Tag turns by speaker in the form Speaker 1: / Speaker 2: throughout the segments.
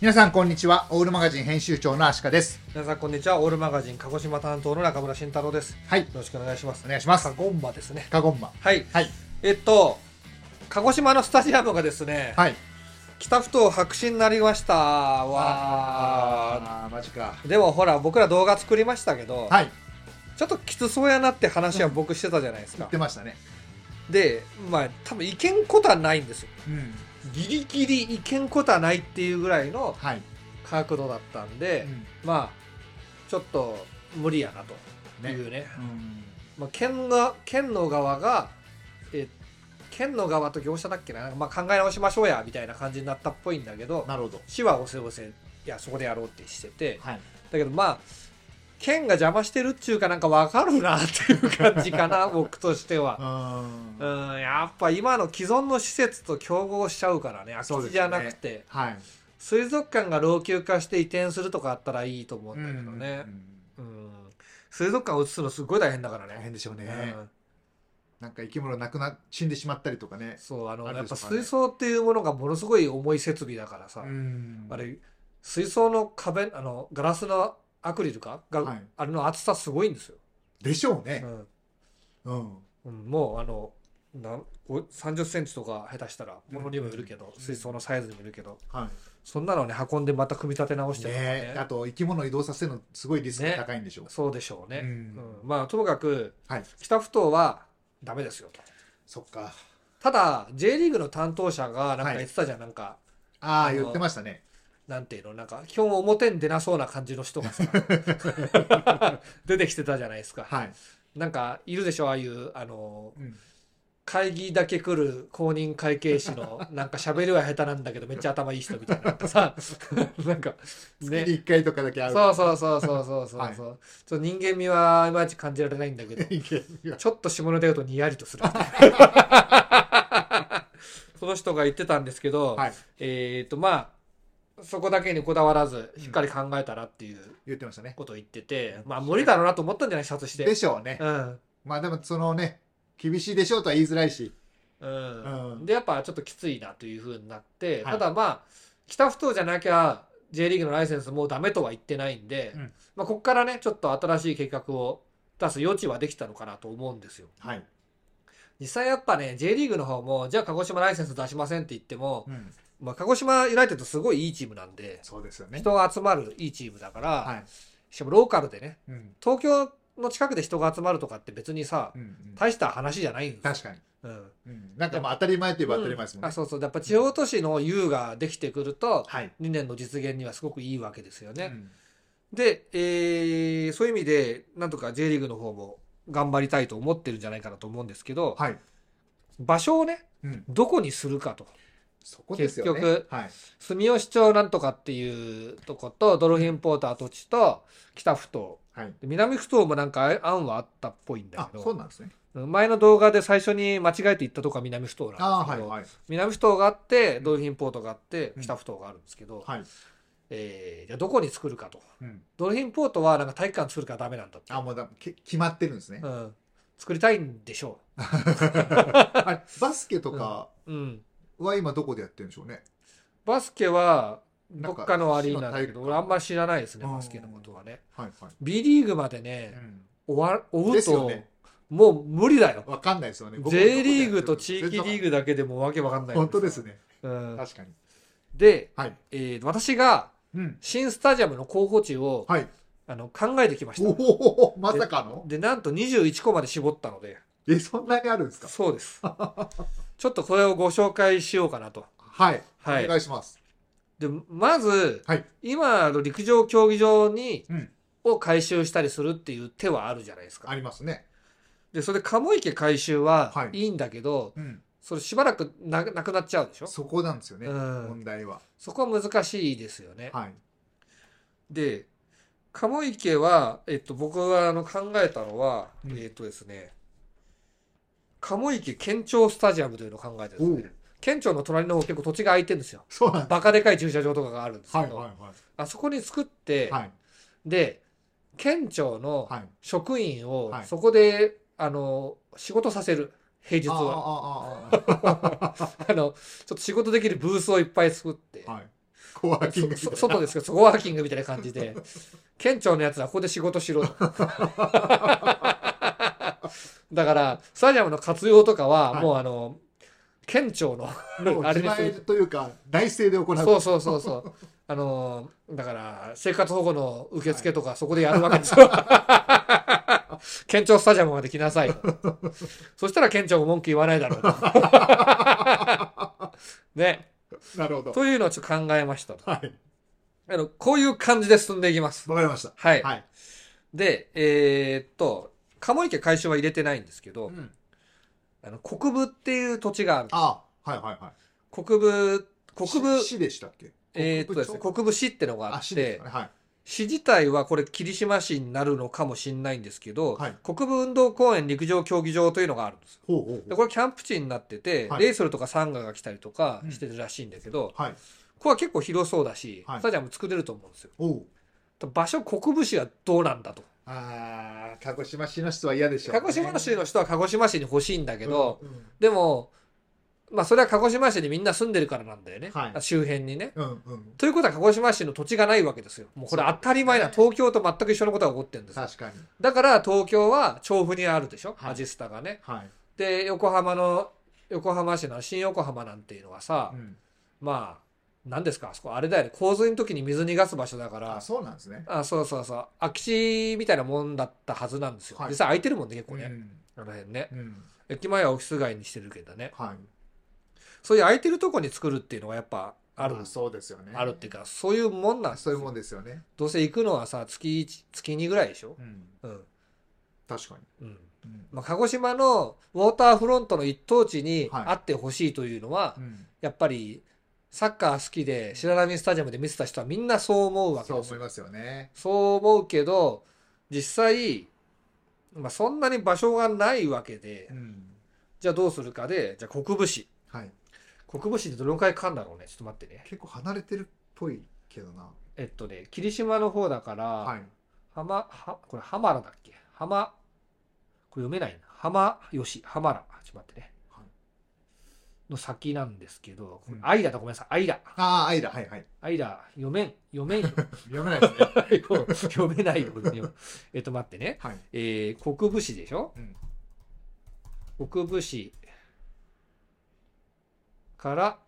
Speaker 1: 皆さんこんにちはオールマガジン編集長のアシカです
Speaker 2: 皆さんこんにちはオールマガジン鹿児島担当の中村慎太郎ですよ
Speaker 1: はい
Speaker 2: ろしくお願いします
Speaker 1: お願いします
Speaker 2: カゴンバですね
Speaker 1: カゴンマ
Speaker 2: はい
Speaker 1: はい
Speaker 2: えっと鹿児島のスタジアムがですね、
Speaker 1: はい
Speaker 2: 北ふ頭白紙になりましたわ
Speaker 1: あーマジか
Speaker 2: ーでもほら僕ら動画作りましたけど、
Speaker 1: はい
Speaker 2: ちょっときつそうやなって話は僕してたじゃないです
Speaker 1: 言っ
Speaker 2: か
Speaker 1: て、ましたね
Speaker 2: でまあ多分いけんことはないんですよ
Speaker 1: うん
Speaker 2: ギリギリいけんことはないっていうぐらいの
Speaker 1: はい、
Speaker 2: 角度だったんで、
Speaker 1: う
Speaker 2: まあちょっと無理やなと
Speaker 1: ね
Speaker 2: いうね
Speaker 1: ん、
Speaker 2: まあ、県が県の側がえ県の側と業者だっけななんかまあ、考え直しましょうやみたいな感じになったっぽいんだけど
Speaker 1: なるほど
Speaker 2: 市はおせおせいやそこでやろうってしてて
Speaker 1: はい
Speaker 2: だけどまあ県が邪魔してるっちゅうかなんかわかるなっていう感じ かな僕としては。
Speaker 1: ん
Speaker 2: うんやっぱ今の既存の施設と競合しちゃうからね
Speaker 1: そうで
Speaker 2: 空
Speaker 1: すね
Speaker 2: き地じゃなくて、
Speaker 1: はい
Speaker 2: 水族館が老朽化して移転するとかあったらいいと思うんだけどね、うん水族館移すのすごい大変だからね
Speaker 1: 大変でしょうね、
Speaker 2: うん
Speaker 1: なんか生き物なくな死んでしまったりとかね
Speaker 2: そうあの
Speaker 1: あれ
Speaker 2: やっ
Speaker 1: です
Speaker 2: ぱ
Speaker 1: かね
Speaker 2: 水槽っていうものがものすごい重い設備だからさ、
Speaker 1: ん
Speaker 2: あれ水槽の壁あのガラスのアクリルかが、
Speaker 1: はい
Speaker 2: あれの厚さすごいんですよ、
Speaker 1: でしょうね
Speaker 2: う、
Speaker 1: うん
Speaker 2: んうんもうあのなんお30センチとか下手したらものにもよるけど、
Speaker 1: うん
Speaker 2: 水槽のサイズにもよるけど
Speaker 1: は
Speaker 2: そんなのね運んでまた組み立て直し
Speaker 1: い、
Speaker 2: て
Speaker 1: ね
Speaker 2: るから
Speaker 1: えあと生き物を移動させるのすごいリスクが高いんでしょう、
Speaker 2: そうでしょうね、
Speaker 1: う
Speaker 2: うんんまあともかく
Speaker 1: はい
Speaker 2: 北ふ頭はダメですよと
Speaker 1: そっか
Speaker 2: ただ J リーグの担当者がなんか言ってたじゃん、なんか
Speaker 1: ああ
Speaker 2: あの
Speaker 1: 言ってましたね
Speaker 2: なんていうのなんか基本表に出なそうな感じの人がさ 出てきてたじゃないですか
Speaker 1: はい、
Speaker 2: なんかいるでしょああいうあの
Speaker 1: うん
Speaker 2: 会議だけ来る公認会計士のなんか喋りは下手なんだけどめっちゃ頭いい人みたいななんかさ なんか
Speaker 1: 月
Speaker 2: ね
Speaker 1: に1回とかだけ会う
Speaker 2: そうそうそうそうそうそう、
Speaker 1: はい
Speaker 2: ちょっと人間味はいまいち感じられないんだけどちょっと下ネタ言うとにやりとするみ たいなその人が言ってたんですけど、
Speaker 1: はい
Speaker 2: えっ、とまあそこだけにこだわらずしっかり考えたらっていう
Speaker 1: 言ってましたね
Speaker 2: ことを言ってて、まあ無理だろうなと思ったんじゃない視察して
Speaker 1: でしょうね、
Speaker 2: うん
Speaker 1: まあでもそのね厳しいでしょうとは言いづらいし
Speaker 2: うん
Speaker 1: うん
Speaker 2: でやっぱちょっときついなというふうになって、
Speaker 1: はい
Speaker 2: ただまあ北ふ頭じゃなきゃ J リーグのライセンスもうダメとは言ってないんで、
Speaker 1: うん
Speaker 2: まあ、ここからねちょっと新しい計画を出す余地はできたのかなと思うんですよ
Speaker 1: はい、
Speaker 2: 実際やっぱね J リーグの方もじゃあ鹿児島ライセンス出しませんって言っても、
Speaker 1: うん、
Speaker 2: まあ、鹿児島ユナイテッドすごいいいチームなんで
Speaker 1: そうですよね
Speaker 2: 人が集まるいいチームだから、
Speaker 1: はい、
Speaker 2: しかもローカルでね
Speaker 1: うん
Speaker 2: 東京の近くで人が集まるとかって別にさ
Speaker 1: うんうん、
Speaker 2: 大した話じゃないんで
Speaker 1: 確
Speaker 2: す
Speaker 1: かに、
Speaker 2: よ、うん、
Speaker 1: うん、なんかまあ当たり前といえば当たり前ですもんね、
Speaker 2: あそうそうやっぱ地方都市の優ができてくると
Speaker 1: はい、
Speaker 2: 理念の実現にはすごくいいわけですよ
Speaker 1: う
Speaker 2: ね、
Speaker 1: ん
Speaker 2: で、えーそういう意味でなんとか J リーグの方も頑張りたいと思ってるんじゃないかなと思うんですけど、
Speaker 1: はい、
Speaker 2: 場所をね
Speaker 1: うん、
Speaker 2: どこにするかと
Speaker 1: そこですよね
Speaker 2: 結局
Speaker 1: はい、
Speaker 2: 住吉町なんとかっていうとことドルフィンポーター跡地と北ふ頭
Speaker 1: はい、
Speaker 2: で南ふ頭もなんか案はあったっぽいんだ
Speaker 1: あ
Speaker 2: け
Speaker 1: そう
Speaker 2: ど
Speaker 1: なんですね
Speaker 2: 前の動画で最初に間違えて言ったとこは南ふ頭な
Speaker 1: あ
Speaker 2: んです
Speaker 1: ー
Speaker 2: けど、
Speaker 1: はいはい
Speaker 2: 南ふ頭があってドルフィンポートがあって
Speaker 1: うん
Speaker 2: 北ふ頭があるんですけど、
Speaker 1: はい、
Speaker 2: えーじゃあどこに作るかと。
Speaker 1: うん、
Speaker 2: ドルフィンポートはなんか体育館作るからダメなんだって。
Speaker 1: あもうだけ決まってるんですね、
Speaker 2: うん。作りたいんでしょ
Speaker 1: あれバスケとか
Speaker 2: う。うん。
Speaker 1: は今どこでやってるんでしょうね、
Speaker 2: バスケは、
Speaker 1: な
Speaker 2: ど
Speaker 1: んか
Speaker 2: っかのアリーナだ
Speaker 1: 市の体
Speaker 2: け
Speaker 1: 育
Speaker 2: ど、
Speaker 1: 館
Speaker 2: 俺あんま知らないですね、
Speaker 1: うん
Speaker 2: バスケのことはね。
Speaker 1: はいはい
Speaker 2: B リーグまでね、追わ追
Speaker 1: で
Speaker 2: う
Speaker 1: すよ
Speaker 2: と
Speaker 1: ね、
Speaker 2: もう無理だよ。
Speaker 1: わかんないですよね
Speaker 2: J リーグと地域リー
Speaker 1: グ
Speaker 2: グだけでもわけわかんない。
Speaker 1: 本当です。ね
Speaker 2: うん。
Speaker 1: 確かに
Speaker 2: で、
Speaker 1: はい、
Speaker 2: えー私が
Speaker 1: うん、
Speaker 2: 新スタジアムの候補地を、
Speaker 1: はい
Speaker 2: あの考えてきまし
Speaker 1: お
Speaker 2: た。
Speaker 1: おまさかの
Speaker 2: で、なんと21個まで絞ったので、
Speaker 1: えそんなにあるんですか
Speaker 2: そうです。ちょっとこれをご紹介しようかなと。
Speaker 1: はい、
Speaker 2: はい
Speaker 1: お願いします
Speaker 2: でまず、
Speaker 1: はい
Speaker 2: 今の陸上競技場に、
Speaker 1: うん
Speaker 2: を回収したりするっていう手はあるじゃないです
Speaker 1: あ
Speaker 2: か。
Speaker 1: りますね
Speaker 2: でそれで鴨池回収
Speaker 1: は
Speaker 2: はいいいんだけど、
Speaker 1: うん
Speaker 2: それしばらくななくなっちゃうでしょ、
Speaker 1: そこなんですよね、
Speaker 2: うん、
Speaker 1: 問題は
Speaker 2: そこは難しいですよね。
Speaker 1: はい
Speaker 2: で鴨池は、えっと、僕があの考えたのは、
Speaker 1: うん
Speaker 2: えっとですね鴨池県庁スタジアムというのを考えてです
Speaker 1: お
Speaker 2: ね
Speaker 1: う
Speaker 2: 県庁の隣の方結構土地が空いてるんですよ。
Speaker 1: そうなんで
Speaker 2: バカでかい駐車場とかがあるんです
Speaker 1: す
Speaker 2: け
Speaker 1: はい
Speaker 2: ど、
Speaker 1: はいは
Speaker 2: あそこに作って、
Speaker 1: いはい
Speaker 2: で県庁の
Speaker 1: はい
Speaker 2: 職員を
Speaker 1: はい
Speaker 2: そこで、あの仕事させる平日
Speaker 1: あ
Speaker 2: は
Speaker 1: あああああ
Speaker 2: あのちょっと仕事できるブースをいっぱい作って、
Speaker 1: あはいコワーキングみたい
Speaker 2: そ
Speaker 1: な
Speaker 2: そ外ですけど、そこワーキングみたいな感じ で、県庁のやつらここで仕事しろ。だから、スタジアムの活用とかは、
Speaker 1: はい
Speaker 2: もうあの、県庁の、
Speaker 1: もう
Speaker 2: あれ
Speaker 1: 自
Speaker 2: です
Speaker 1: 前というか内政で行う
Speaker 2: そうそうそ うそう。あの、だから、生活保護の受付とか、そこでやるわけですよ。県庁スタジアムまで来なさいと。そしたら県庁も文句言わない だろうと。ね。
Speaker 1: なるほど
Speaker 2: というのをちょっと考えましたと。
Speaker 1: はい
Speaker 2: あの、こういう感じで進んでいきます。
Speaker 1: わかりました
Speaker 2: はい。
Speaker 1: はい、
Speaker 2: で、えーっと、鴨池改修は入れてないんですけど、
Speaker 1: うん、
Speaker 2: あの、国分っていう土地がある。
Speaker 1: あはいはいは
Speaker 2: 国分、
Speaker 1: い
Speaker 2: 国分
Speaker 1: 市、市でしたっけ
Speaker 2: えーっとですね、
Speaker 1: 国分町
Speaker 2: 国分市ってのがあ
Speaker 1: あ
Speaker 2: っ
Speaker 1: 市で
Speaker 2: て
Speaker 1: す、ねはい
Speaker 2: 市自体はこれ霧島市になるのかもしれないんですけど、
Speaker 1: はい
Speaker 2: 国分運動公園陸上競技場というのがあるんですよ
Speaker 1: ほうほうほ
Speaker 2: で
Speaker 1: う
Speaker 2: これキャンプ地になってて、
Speaker 1: はい
Speaker 2: レイソルとかサンガが来たりとかしてるらしいんだけど、こ
Speaker 1: はい
Speaker 2: こは結構広そうだし、
Speaker 1: はい
Speaker 2: スタジアム作れると思うんですよ
Speaker 1: おう
Speaker 2: 場所国分市はどうなんだと
Speaker 1: あー鹿児島市の人は嫌でしょうね、
Speaker 2: 鹿児島市の人は鹿児島市に欲しいんだけど、
Speaker 1: うん
Speaker 2: でもまあそれは鹿児島市にみんな住んでるからなんだよね、
Speaker 1: はい
Speaker 2: 周辺にね
Speaker 1: うんうん
Speaker 2: ということは鹿児島市の土地がないわけですよもうこれ当たり前な
Speaker 1: そう
Speaker 2: 東京と全く一緒のことが起こってるんですよ
Speaker 1: 確かに
Speaker 2: だから東京は調布にあるでしょ、
Speaker 1: はい
Speaker 2: アジスタがね。
Speaker 1: はい、
Speaker 2: で横浜の横浜市の新横浜なんていうのはさ、
Speaker 1: うん、
Speaker 2: まあ何ですかあそこあれだよね洪水の時に水逃がす場所だから
Speaker 1: あそうなんですね
Speaker 2: あそうそうそう空き地みたいなもんだったはずなんですよ、
Speaker 1: はい
Speaker 2: 実際空いてるもんね結構ね、
Speaker 1: うん
Speaker 2: あの辺ね
Speaker 1: うん、
Speaker 2: 駅前はオフィス街にしてるけどね
Speaker 1: はい
Speaker 2: そういう空いてるとこに作るっていうのがやっぱある、
Speaker 1: まそうですよね
Speaker 2: あるっていうかそういうもんなんです
Speaker 1: そういうもんですよね、
Speaker 2: どうせ行くのはさ月一月2ぐらいでしょ
Speaker 1: うん、
Speaker 2: うん
Speaker 1: 確かに、
Speaker 2: うん
Speaker 1: うん
Speaker 2: まあ、鹿児島のウォーターフロントの一等地に
Speaker 1: はい
Speaker 2: あってほしいというのは、
Speaker 1: うん
Speaker 2: やっぱりサッカー好きで白波スタジアムで見てた人はみんなそう思うわけ
Speaker 1: そう
Speaker 2: です
Speaker 1: 思い
Speaker 2: よ。
Speaker 1: ますよね
Speaker 2: そう思うけど実際、まあ、そんなに場所がないわけで
Speaker 1: うん
Speaker 2: じゃあどうするかでじゃあ国分市
Speaker 1: はい
Speaker 2: 国分市ってどのくらいかかるんだろうねちょっと待ってね
Speaker 1: 結構離れてるっぽいけどな
Speaker 2: えっとね霧島の方だから、
Speaker 1: はい
Speaker 2: 浜はこれ浜原だっけ浜これ読めないな浜吉浜原ちょっと待ってね、
Speaker 1: はい
Speaker 2: の先なんですけどこれ
Speaker 1: うん
Speaker 2: アイラだごめんなさいアイラ
Speaker 1: ああアイラはいはい
Speaker 2: アイラ読めん読めんよ
Speaker 1: 読めない ですね
Speaker 2: 読めないよ 今えっと待ってね
Speaker 1: はい
Speaker 2: えー、国分市でしょ、国分市から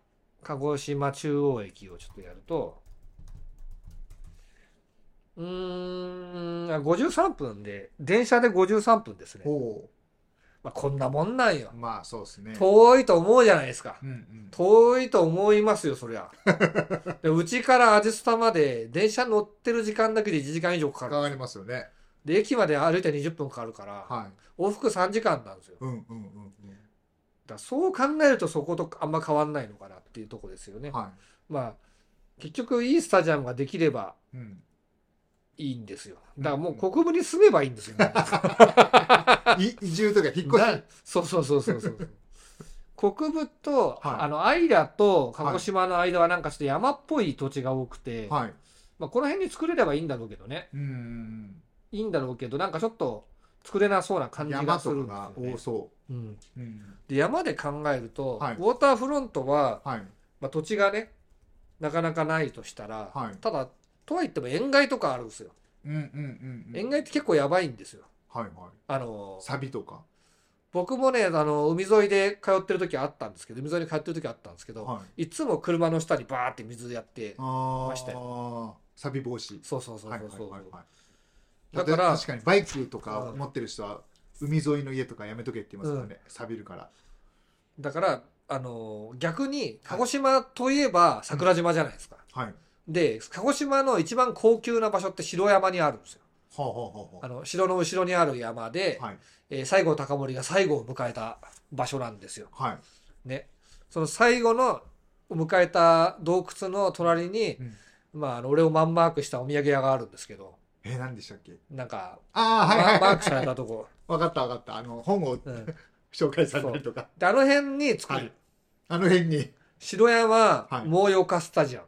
Speaker 2: 鹿児島中央駅をちょっとやるとうーんあ53分で電車で53分ですね、
Speaker 1: おお
Speaker 2: まあ、こんなもんなんよ
Speaker 1: ーまあそうですね
Speaker 2: 遠いと思うじゃないですか
Speaker 1: うんうん
Speaker 2: 遠いと思いますよそ りゃでうちからアジスタまで電車乗ってる時間だけで1時間以上かかる
Speaker 1: かかりますよね
Speaker 2: で駅まで歩いて20分かかるから、
Speaker 1: はい
Speaker 2: 往復3時間なんですよだか
Speaker 1: うんうんうんうん
Speaker 2: らそう考えるとそことあんま変わんないのかなっていうとこですよね、
Speaker 1: は
Speaker 2: まあ結局いいスタジアムができれば
Speaker 1: いうん
Speaker 2: いいんですよだからもう国分に住めばいいんです よ、ね、
Speaker 1: い移住とか引っ越し
Speaker 2: なそうそうそうそうそうそう国分と、
Speaker 1: はい
Speaker 2: あの姶良と鹿児島の間はなんかちょっと山っぽい土地が多くて、
Speaker 1: はい
Speaker 2: まあ、この辺に作れればいいんだろうけどね
Speaker 1: うんうん
Speaker 2: いいんだろうけどなんかちょっと作れなそうな
Speaker 1: う
Speaker 2: 感
Speaker 1: ん
Speaker 2: じ
Speaker 1: 山
Speaker 2: がす
Speaker 1: と
Speaker 2: るん
Speaker 1: か
Speaker 2: です
Speaker 1: が
Speaker 2: よ、ね
Speaker 1: 多そ
Speaker 2: うん、
Speaker 1: ううん
Speaker 2: で山で考えると、
Speaker 1: はい
Speaker 2: ウォーターフロントは、
Speaker 1: はい
Speaker 2: まあ、土地がねなかなかないとしたら、
Speaker 1: はい
Speaker 2: ただとはいっても塩害とかあるんですよ、
Speaker 1: うんうんうんうん
Speaker 2: 塩害って結構やばいんですよ
Speaker 1: はいはい
Speaker 2: あの
Speaker 1: サビとか
Speaker 2: 僕もねあの海沿いで通ってる時あったんですけど海沿いに通ってる時あったんですけど、
Speaker 1: はい
Speaker 2: い、つも車の下にバーって水やって
Speaker 1: あ
Speaker 2: ました
Speaker 1: あサビ防止
Speaker 2: そうそうそう
Speaker 1: はい
Speaker 2: そ
Speaker 1: はい
Speaker 2: うそう、
Speaker 1: はいはい
Speaker 2: だから
Speaker 1: 確かにバイクとか持ってる人は海沿いの家とかやめとけって言いますからね、錆びるから
Speaker 2: だからあの逆に鹿児島といえば桜島じゃないですか、
Speaker 1: はいは
Speaker 2: で鹿児島の一番高級な場所って城山にあるんですよ
Speaker 1: あ、はあはあは
Speaker 2: あの城の後ろにある山で、
Speaker 1: あ、はい
Speaker 2: えー西郷隆盛が最後を迎えた場所なんですよ
Speaker 1: はい
Speaker 2: ね、その最後の迎えた洞窟の隣に、
Speaker 1: うん
Speaker 2: まあ、あの俺をマンマークしたお土産屋があるんですけど
Speaker 1: えー、何でしたっけ
Speaker 2: なんか、
Speaker 1: ああはいはい
Speaker 2: ママ
Speaker 1: は
Speaker 2: ークされたとこ、
Speaker 1: いわかったわかったあの本を
Speaker 2: うん、
Speaker 1: 紹介されたりとか
Speaker 2: であの辺に作る、
Speaker 1: はいあの辺に
Speaker 2: 城山
Speaker 1: はい
Speaker 2: もうよかスタジアム、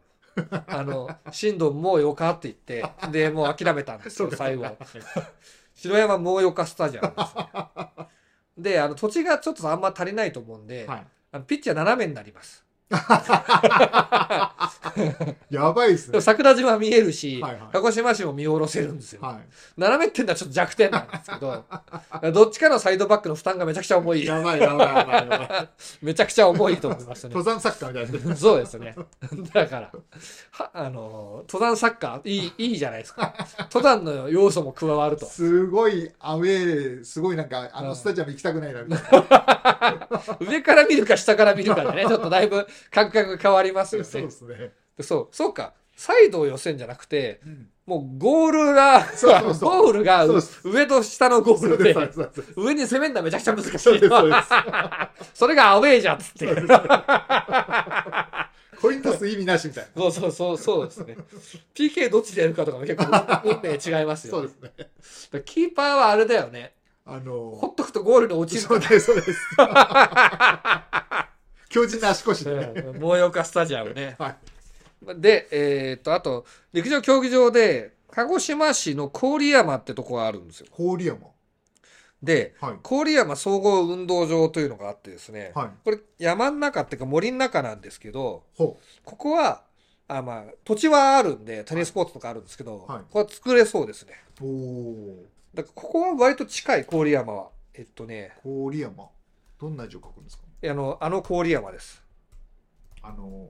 Speaker 2: あの新藤もうよかって言ってでもう諦めたんです
Speaker 1: そう
Speaker 2: よ
Speaker 1: か
Speaker 2: 最後城山もうよかスタジアムですよであの土地がちょっとあんま足りないと思うんで、
Speaker 1: はい
Speaker 2: あのピッチは斜めになります
Speaker 1: やばいです
Speaker 2: で
Speaker 1: ね
Speaker 2: も。桜島見えるし、
Speaker 1: はいはい
Speaker 2: 鹿児島市も見下ろせるんですよ。
Speaker 1: は
Speaker 2: 斜めってんのはちょっと弱点なんですけど、 どっちかのサイドバックの負担がめちゃくちゃ重
Speaker 1: い。
Speaker 2: い。
Speaker 1: やばいやばいやばいや ばい。
Speaker 2: めちゃくちゃ重いと思いましたね
Speaker 1: 登。山サッカーみたいですね。
Speaker 2: そうですね。だから、はあの、登山サッカー、いい、いいじゃないですか。登山の要素も加わると。
Speaker 1: すごいアウェー、すごいなんか、あのスタジアム行きたくないなみたいな。
Speaker 2: 上から見るか下から見るか でね、ちょっとだいぶ感覚が変わりますよ
Speaker 1: そう
Speaker 2: ね
Speaker 1: で。すね。
Speaker 2: でそう、そうか。サイドを寄せんじゃなくて、
Speaker 1: うん
Speaker 2: もうゴールが、
Speaker 1: そうそうそう
Speaker 2: ゴールが
Speaker 1: そうです
Speaker 2: 上と下のゴ
Speaker 1: そ
Speaker 2: ー
Speaker 1: う
Speaker 2: ル
Speaker 1: で、、
Speaker 2: です
Speaker 1: そうです。
Speaker 2: 上に攻めるのはめちゃくちゃ難しい。
Speaker 1: そうです、そうで
Speaker 2: それがアウェーじゃんっつって。
Speaker 1: す。コイントス意味なしみたいな。
Speaker 2: そうそうそう、そうですね。PK どっちでやるかとかも結構運命違いますよ。
Speaker 1: そうですね。
Speaker 2: だからキーパーはあれだよね。
Speaker 1: あ
Speaker 2: ほ
Speaker 1: の、
Speaker 2: っとくとゴールに落ちる
Speaker 1: そうです、そうです。 強靭な足腰でね。
Speaker 2: うん猛岡スタジアムね。
Speaker 1: はい。
Speaker 2: で、えーっと、あと、陸上競技場で、鹿児島市の郡山ってとこがあるんですよ。
Speaker 1: 郡山。
Speaker 2: で、
Speaker 1: はい。
Speaker 2: 郡山総合運動場というのがあってですね、
Speaker 1: はい。
Speaker 2: これ山の中っていうか森の中なんですけど、
Speaker 1: ほ
Speaker 2: ここは、あまあ、土地はあるんで、テニスコートとかあるんですけど、
Speaker 1: はい
Speaker 2: ここは作れそうですね。
Speaker 1: う。お
Speaker 2: だからここは割と近い郡山は。えっとね、
Speaker 1: ー。郡山。どんな字を書くんですか
Speaker 2: あの、あの郡山です。
Speaker 1: あの、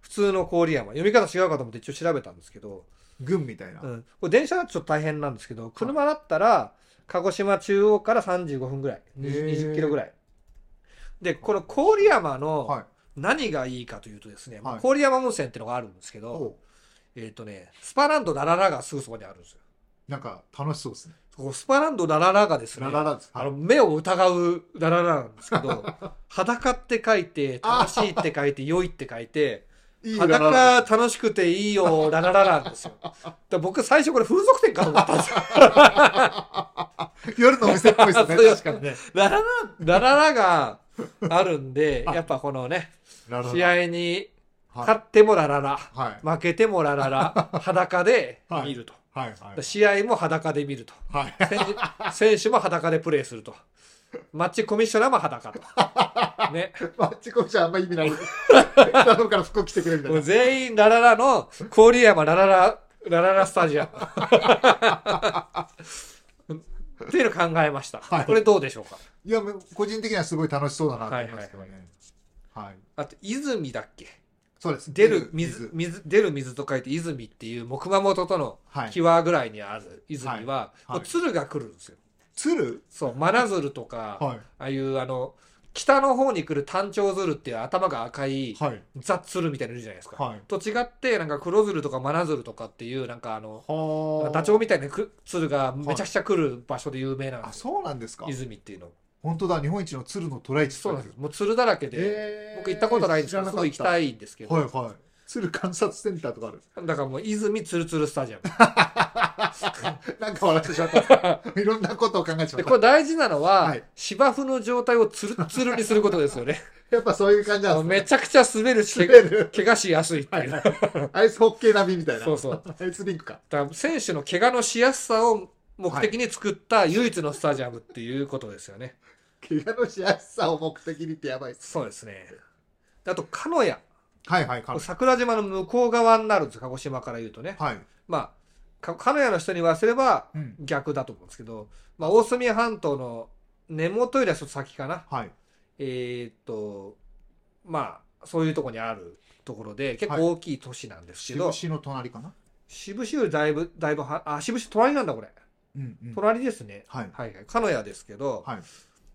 Speaker 2: 普通の郡山。読み方違うかと思って一応調べたんですけど、
Speaker 1: 軍みたいな。
Speaker 2: うん、これ電車だとちょっと大変なんですけど、車だったら、鹿児島中央から35分ぐらい、
Speaker 1: へー
Speaker 2: 20キロぐらい。で、この郡山の
Speaker 1: はい。
Speaker 2: 何がいいかというとですね、まあ
Speaker 1: はい
Speaker 2: 郡山温泉っていうのがあるんですけど、
Speaker 1: ほ
Speaker 2: えっ、とね、スパランドラララがすぐそばにあるんですよ。
Speaker 1: う。なんか楽しそうですね。
Speaker 2: ここスパランドラララがですね
Speaker 1: ラ、ララです。
Speaker 2: あの
Speaker 1: はい
Speaker 2: 目を疑うラララなんですけ ど、裸って書いて、楽しいって書いて、良いって書いて、
Speaker 1: いいララ
Speaker 2: 裸
Speaker 1: ラ。
Speaker 2: 楽しくていいよ、ラララなんですよ。だから僕最初これ風俗店かと思ったん ですよ。
Speaker 1: 夜のお店っぽいですね。
Speaker 2: そうです
Speaker 1: 確かにね。
Speaker 2: ラララ、ラララがあるんで、 やっぱこのね、
Speaker 1: ララ
Speaker 2: 試
Speaker 1: ラ。
Speaker 2: 合に勝
Speaker 1: は
Speaker 2: ってもラララ、
Speaker 1: い。はい。
Speaker 2: 負けてもラララ、裸で
Speaker 1: はい
Speaker 2: 見ると。
Speaker 1: はい。はい。
Speaker 2: 試合も裸で見ると。
Speaker 1: はい。
Speaker 2: 選手選手も裸でプレーすると。マッチコミッショナーも裸と。ね。
Speaker 1: マッチコミ じゃあんま意 味ない。頼むから服着てくれみたい
Speaker 2: もう
Speaker 1: な。
Speaker 2: 全員ラララの郡山ラララ、ラララスタジアム。 っていうのを考えました。
Speaker 1: はい
Speaker 2: これどうでしょうか
Speaker 1: いや、もう個人的にはすごい楽しそうだなと思いますけどね。はい
Speaker 2: あと、泉だっけ
Speaker 1: そうです。
Speaker 2: 出る水、。水、出る水と書いて泉っていう、もう熊本との
Speaker 1: はい。
Speaker 2: 際ぐらいにある泉は、
Speaker 1: い
Speaker 2: もう鶴が来るんですよ。
Speaker 1: 鶴
Speaker 2: そう、真鶴と
Speaker 1: は
Speaker 2: か、ああいうあの、北の方に来る単調鶴っていう頭が赤
Speaker 1: い。
Speaker 2: い、
Speaker 1: はい。
Speaker 2: ザ・鶴みたいなのいるじゃないですか。
Speaker 1: はい。
Speaker 2: と違って、なんか黒鶴とか真鶴とかっていう、なんかあの、
Speaker 1: は
Speaker 2: ダチョウみたいなく鶴がめちゃくちゃ来る場所で有名なん
Speaker 1: あ、
Speaker 2: ですよ、
Speaker 1: そうなんですか。
Speaker 2: 泉っていうの
Speaker 1: 本当だ、日本一の鶴のトライチ
Speaker 2: そうなんですもう鶴だらけで、
Speaker 1: え
Speaker 2: 僕行ったことないんですけどすごい行きた
Speaker 1: い。
Speaker 2: いんですけど、
Speaker 1: はいはい。鶴観察センターとかある。
Speaker 2: だからもう泉つるつるスタジアム
Speaker 1: なんか笑ってしまった。 いろんなことを考えてしま
Speaker 2: で
Speaker 1: っ
Speaker 2: これ大事なのは、
Speaker 1: はい
Speaker 2: 芝生の状態をつるつるにすることですよ ね
Speaker 1: た。やっぱそういう感じ
Speaker 2: あ
Speaker 1: な
Speaker 2: の
Speaker 1: んで
Speaker 2: めちゃくちゃ滑るし
Speaker 1: すね。滑る。
Speaker 2: 怪我しやすいって、
Speaker 1: はいいうはい。 アイスホッケー並みみたいな。
Speaker 2: そうそう
Speaker 1: アイスリンクか。
Speaker 2: だから選手の怪我のしやすさを目的に作った唯一のスタジアムっていうことですよね、
Speaker 1: 怪我のしやすさを目的にってやばいっす。
Speaker 2: そうですねであと鹿屋
Speaker 1: はいはい、彼女
Speaker 2: 桜島の向こう側になるんです鹿児島から言うとね
Speaker 1: はい。
Speaker 2: まあ、か鹿屋の人に言わせれば
Speaker 1: うん。
Speaker 2: 逆だと思うんですけど、まあ、大隅半島の根元よりはちょっと先かな。
Speaker 1: はい。
Speaker 2: えーっと、まあ、そういうとこにあるところで、結構大きい都市なんですけど、
Speaker 1: 渋市の隣かな
Speaker 2: 渋市よりだいぶ、だいぶは、あ、渋市隣なんだ、これ。
Speaker 1: うんうん。
Speaker 2: 隣ですね。
Speaker 1: はい。
Speaker 2: はいはい。鹿屋ですけど、
Speaker 1: はい。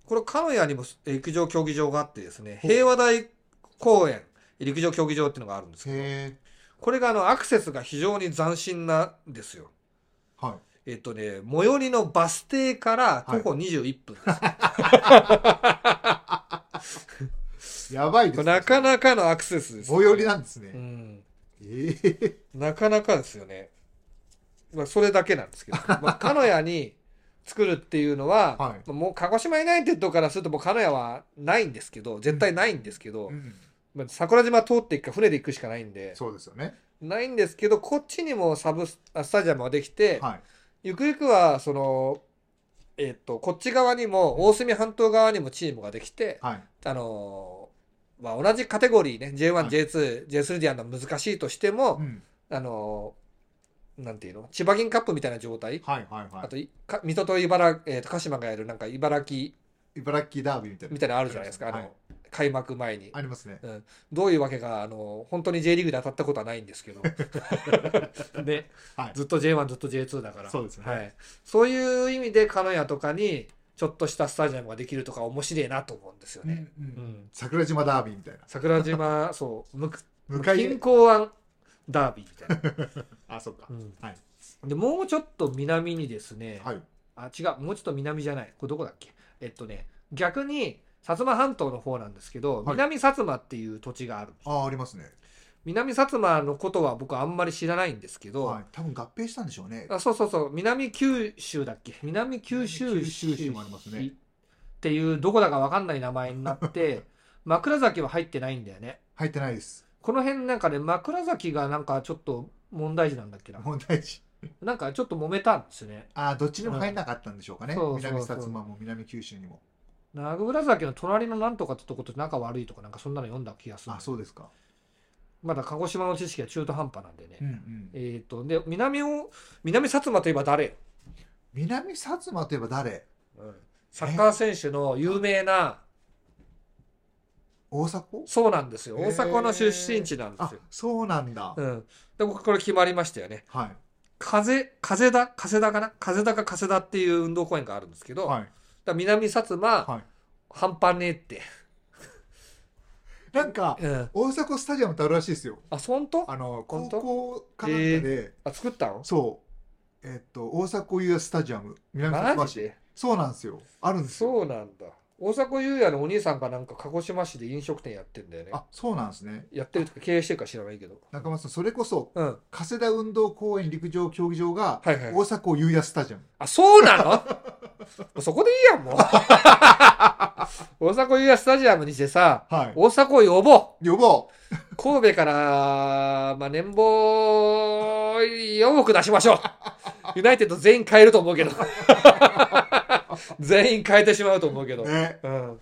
Speaker 2: これ鹿屋にもえー陸上競技場があってですね、
Speaker 1: ほう
Speaker 2: 平和台公園、陸上競技場っていうのがあるんですけど、
Speaker 1: へえ。
Speaker 2: これがあの、アクセスが非常に斬新なんですよ。
Speaker 1: は
Speaker 2: えっとね、最寄りのバス停から徒歩21分です。
Speaker 1: い。やばいで
Speaker 2: これ
Speaker 1: す。
Speaker 2: なかなかのアクセスです、
Speaker 1: 最寄りなんです
Speaker 2: う
Speaker 1: ね。
Speaker 2: ん。
Speaker 1: ええ。
Speaker 2: なかなかですよね。まあ、それだけなんで すけど。まあ、鹿屋に作るっていうの
Speaker 1: は
Speaker 2: は、
Speaker 1: い
Speaker 2: まあもう鹿児島ユナイテッドからするともう鹿屋はないんですけど、絶対ないんですけど、
Speaker 1: うん。
Speaker 2: まあ、桜島通っていくか船で行くしかないんで、
Speaker 1: そうですよね。
Speaker 2: ないんですけど、こっちにもサブスあスタジアムができて、
Speaker 1: はい。
Speaker 2: ゆくゆくは、その、えっと、こっち側にも、大隅半島側にもチームができて、
Speaker 1: はい。
Speaker 2: あのまあ、同じカテゴリーね J1、
Speaker 1: はい
Speaker 2: J2、J3 でやるのは難しいとしても
Speaker 1: う、ん
Speaker 2: あのなんていうの千葉銀カップみたいな状態、
Speaker 1: はいはいは
Speaker 2: あといか水戸と茨、えーと鹿島がやるなんか茨城
Speaker 1: い茨城ダービーみたいな
Speaker 2: みたいなのあるじゃないですか、あの
Speaker 1: はい
Speaker 2: 開幕前に、
Speaker 1: ありますね
Speaker 2: どういうわけかあの本当に J リーグで当たったことはないんです けどね
Speaker 1: はい
Speaker 2: ずっと J1 ずっと J2 だから
Speaker 1: そうですね
Speaker 2: はい、そういう意味で金谷とかにちょっとしたスタジアムができるとか面白いなと思うんですよね、
Speaker 1: うんうん
Speaker 2: うん
Speaker 1: 桜島ダービーみたいな
Speaker 2: 桜島そうむく
Speaker 1: 向かい
Speaker 2: 近郊湾ダービーみたい な、
Speaker 1: あそっか
Speaker 2: うん
Speaker 1: はい
Speaker 2: でもうちょっと南にですね、
Speaker 1: はい
Speaker 2: あ違うもうちょっと南じゃないこれどこだっけえっとね逆に薩摩半島の方なんですけど、
Speaker 1: はい
Speaker 2: 南薩摩っていう土地がある
Speaker 1: あありますね
Speaker 2: 南薩摩のことは僕あんまり知らないんですけど、
Speaker 1: はい多分合併したんでしょうね
Speaker 2: あそうそうそう南九州だっけ南九州
Speaker 1: 南九州市もありますね
Speaker 2: っていうどこだか分かんない名前になって 枕崎は入ってないんだよね
Speaker 1: 入ってないです
Speaker 2: この辺なんかね枕崎がなんかちょっと問題児なんだっけな
Speaker 1: 問題児
Speaker 2: なんかちょっと揉めたんですよね
Speaker 1: ああどっちにも入んなかったんでしょうかね
Speaker 2: うんそうそうそう
Speaker 1: 南薩摩も南九州にも
Speaker 2: 枕崎の隣のなんとかってとこと仲悪いとかなんかそんなの読んだ気がする
Speaker 1: あそうですか
Speaker 2: まだ鹿児島の知識は中途半端なんでね、
Speaker 1: うんうん
Speaker 2: えっ、とで南を南薩摩といえば誰、
Speaker 1: 南薩摩といえば誰
Speaker 2: サッカー選手の有名な
Speaker 1: 大迫
Speaker 2: そうなんですよ
Speaker 1: えー
Speaker 2: 大阪の出身地なんで
Speaker 1: あ
Speaker 2: すよ、
Speaker 1: そうなんだ
Speaker 2: うん、で僕これ決まりましたよね
Speaker 1: は
Speaker 2: 風風田風田かな風田か風田っていう運動公園があるんですけ
Speaker 1: い
Speaker 2: ど、だか
Speaker 1: はい
Speaker 2: ら南薩摩、
Speaker 1: はい
Speaker 2: 半端ねえって、
Speaker 1: なんか
Speaker 2: うん、
Speaker 1: 大阪スタジアムってあるらしいですよ
Speaker 2: あ本当
Speaker 1: あの高
Speaker 2: 本当
Speaker 1: 校かなんか
Speaker 2: え
Speaker 1: で
Speaker 2: あ作ったの
Speaker 1: そうえっと大阪 US スタジアム南薩
Speaker 2: マ
Speaker 1: 摩
Speaker 2: ジ
Speaker 1: 市
Speaker 2: で
Speaker 1: そうなんですよあるんですよ
Speaker 2: そうなんだ大迫勇也のお兄さんかなんか鹿児島市で飲食店やってんだよね
Speaker 1: あそうなんですね
Speaker 2: やってるとか経営してるか知らないけど
Speaker 1: 中村さんそれこそ
Speaker 2: うん
Speaker 1: 加世田運動公園陸上競技場が
Speaker 2: はいは
Speaker 1: 大
Speaker 2: い
Speaker 1: 阪有也スタジアム
Speaker 2: あ、そうなの もうそこでいいやん、もう。大阪ユアスタジアムにしてさ、
Speaker 1: はい
Speaker 2: 大阪を呼ぼ
Speaker 1: 呼ぼ
Speaker 2: う。神戸から、まあ、年俸4億出しましょう。ユナイテッド全員変えると思うけど。 全員変えてしまうと思うけど。
Speaker 1: うね
Speaker 2: うん。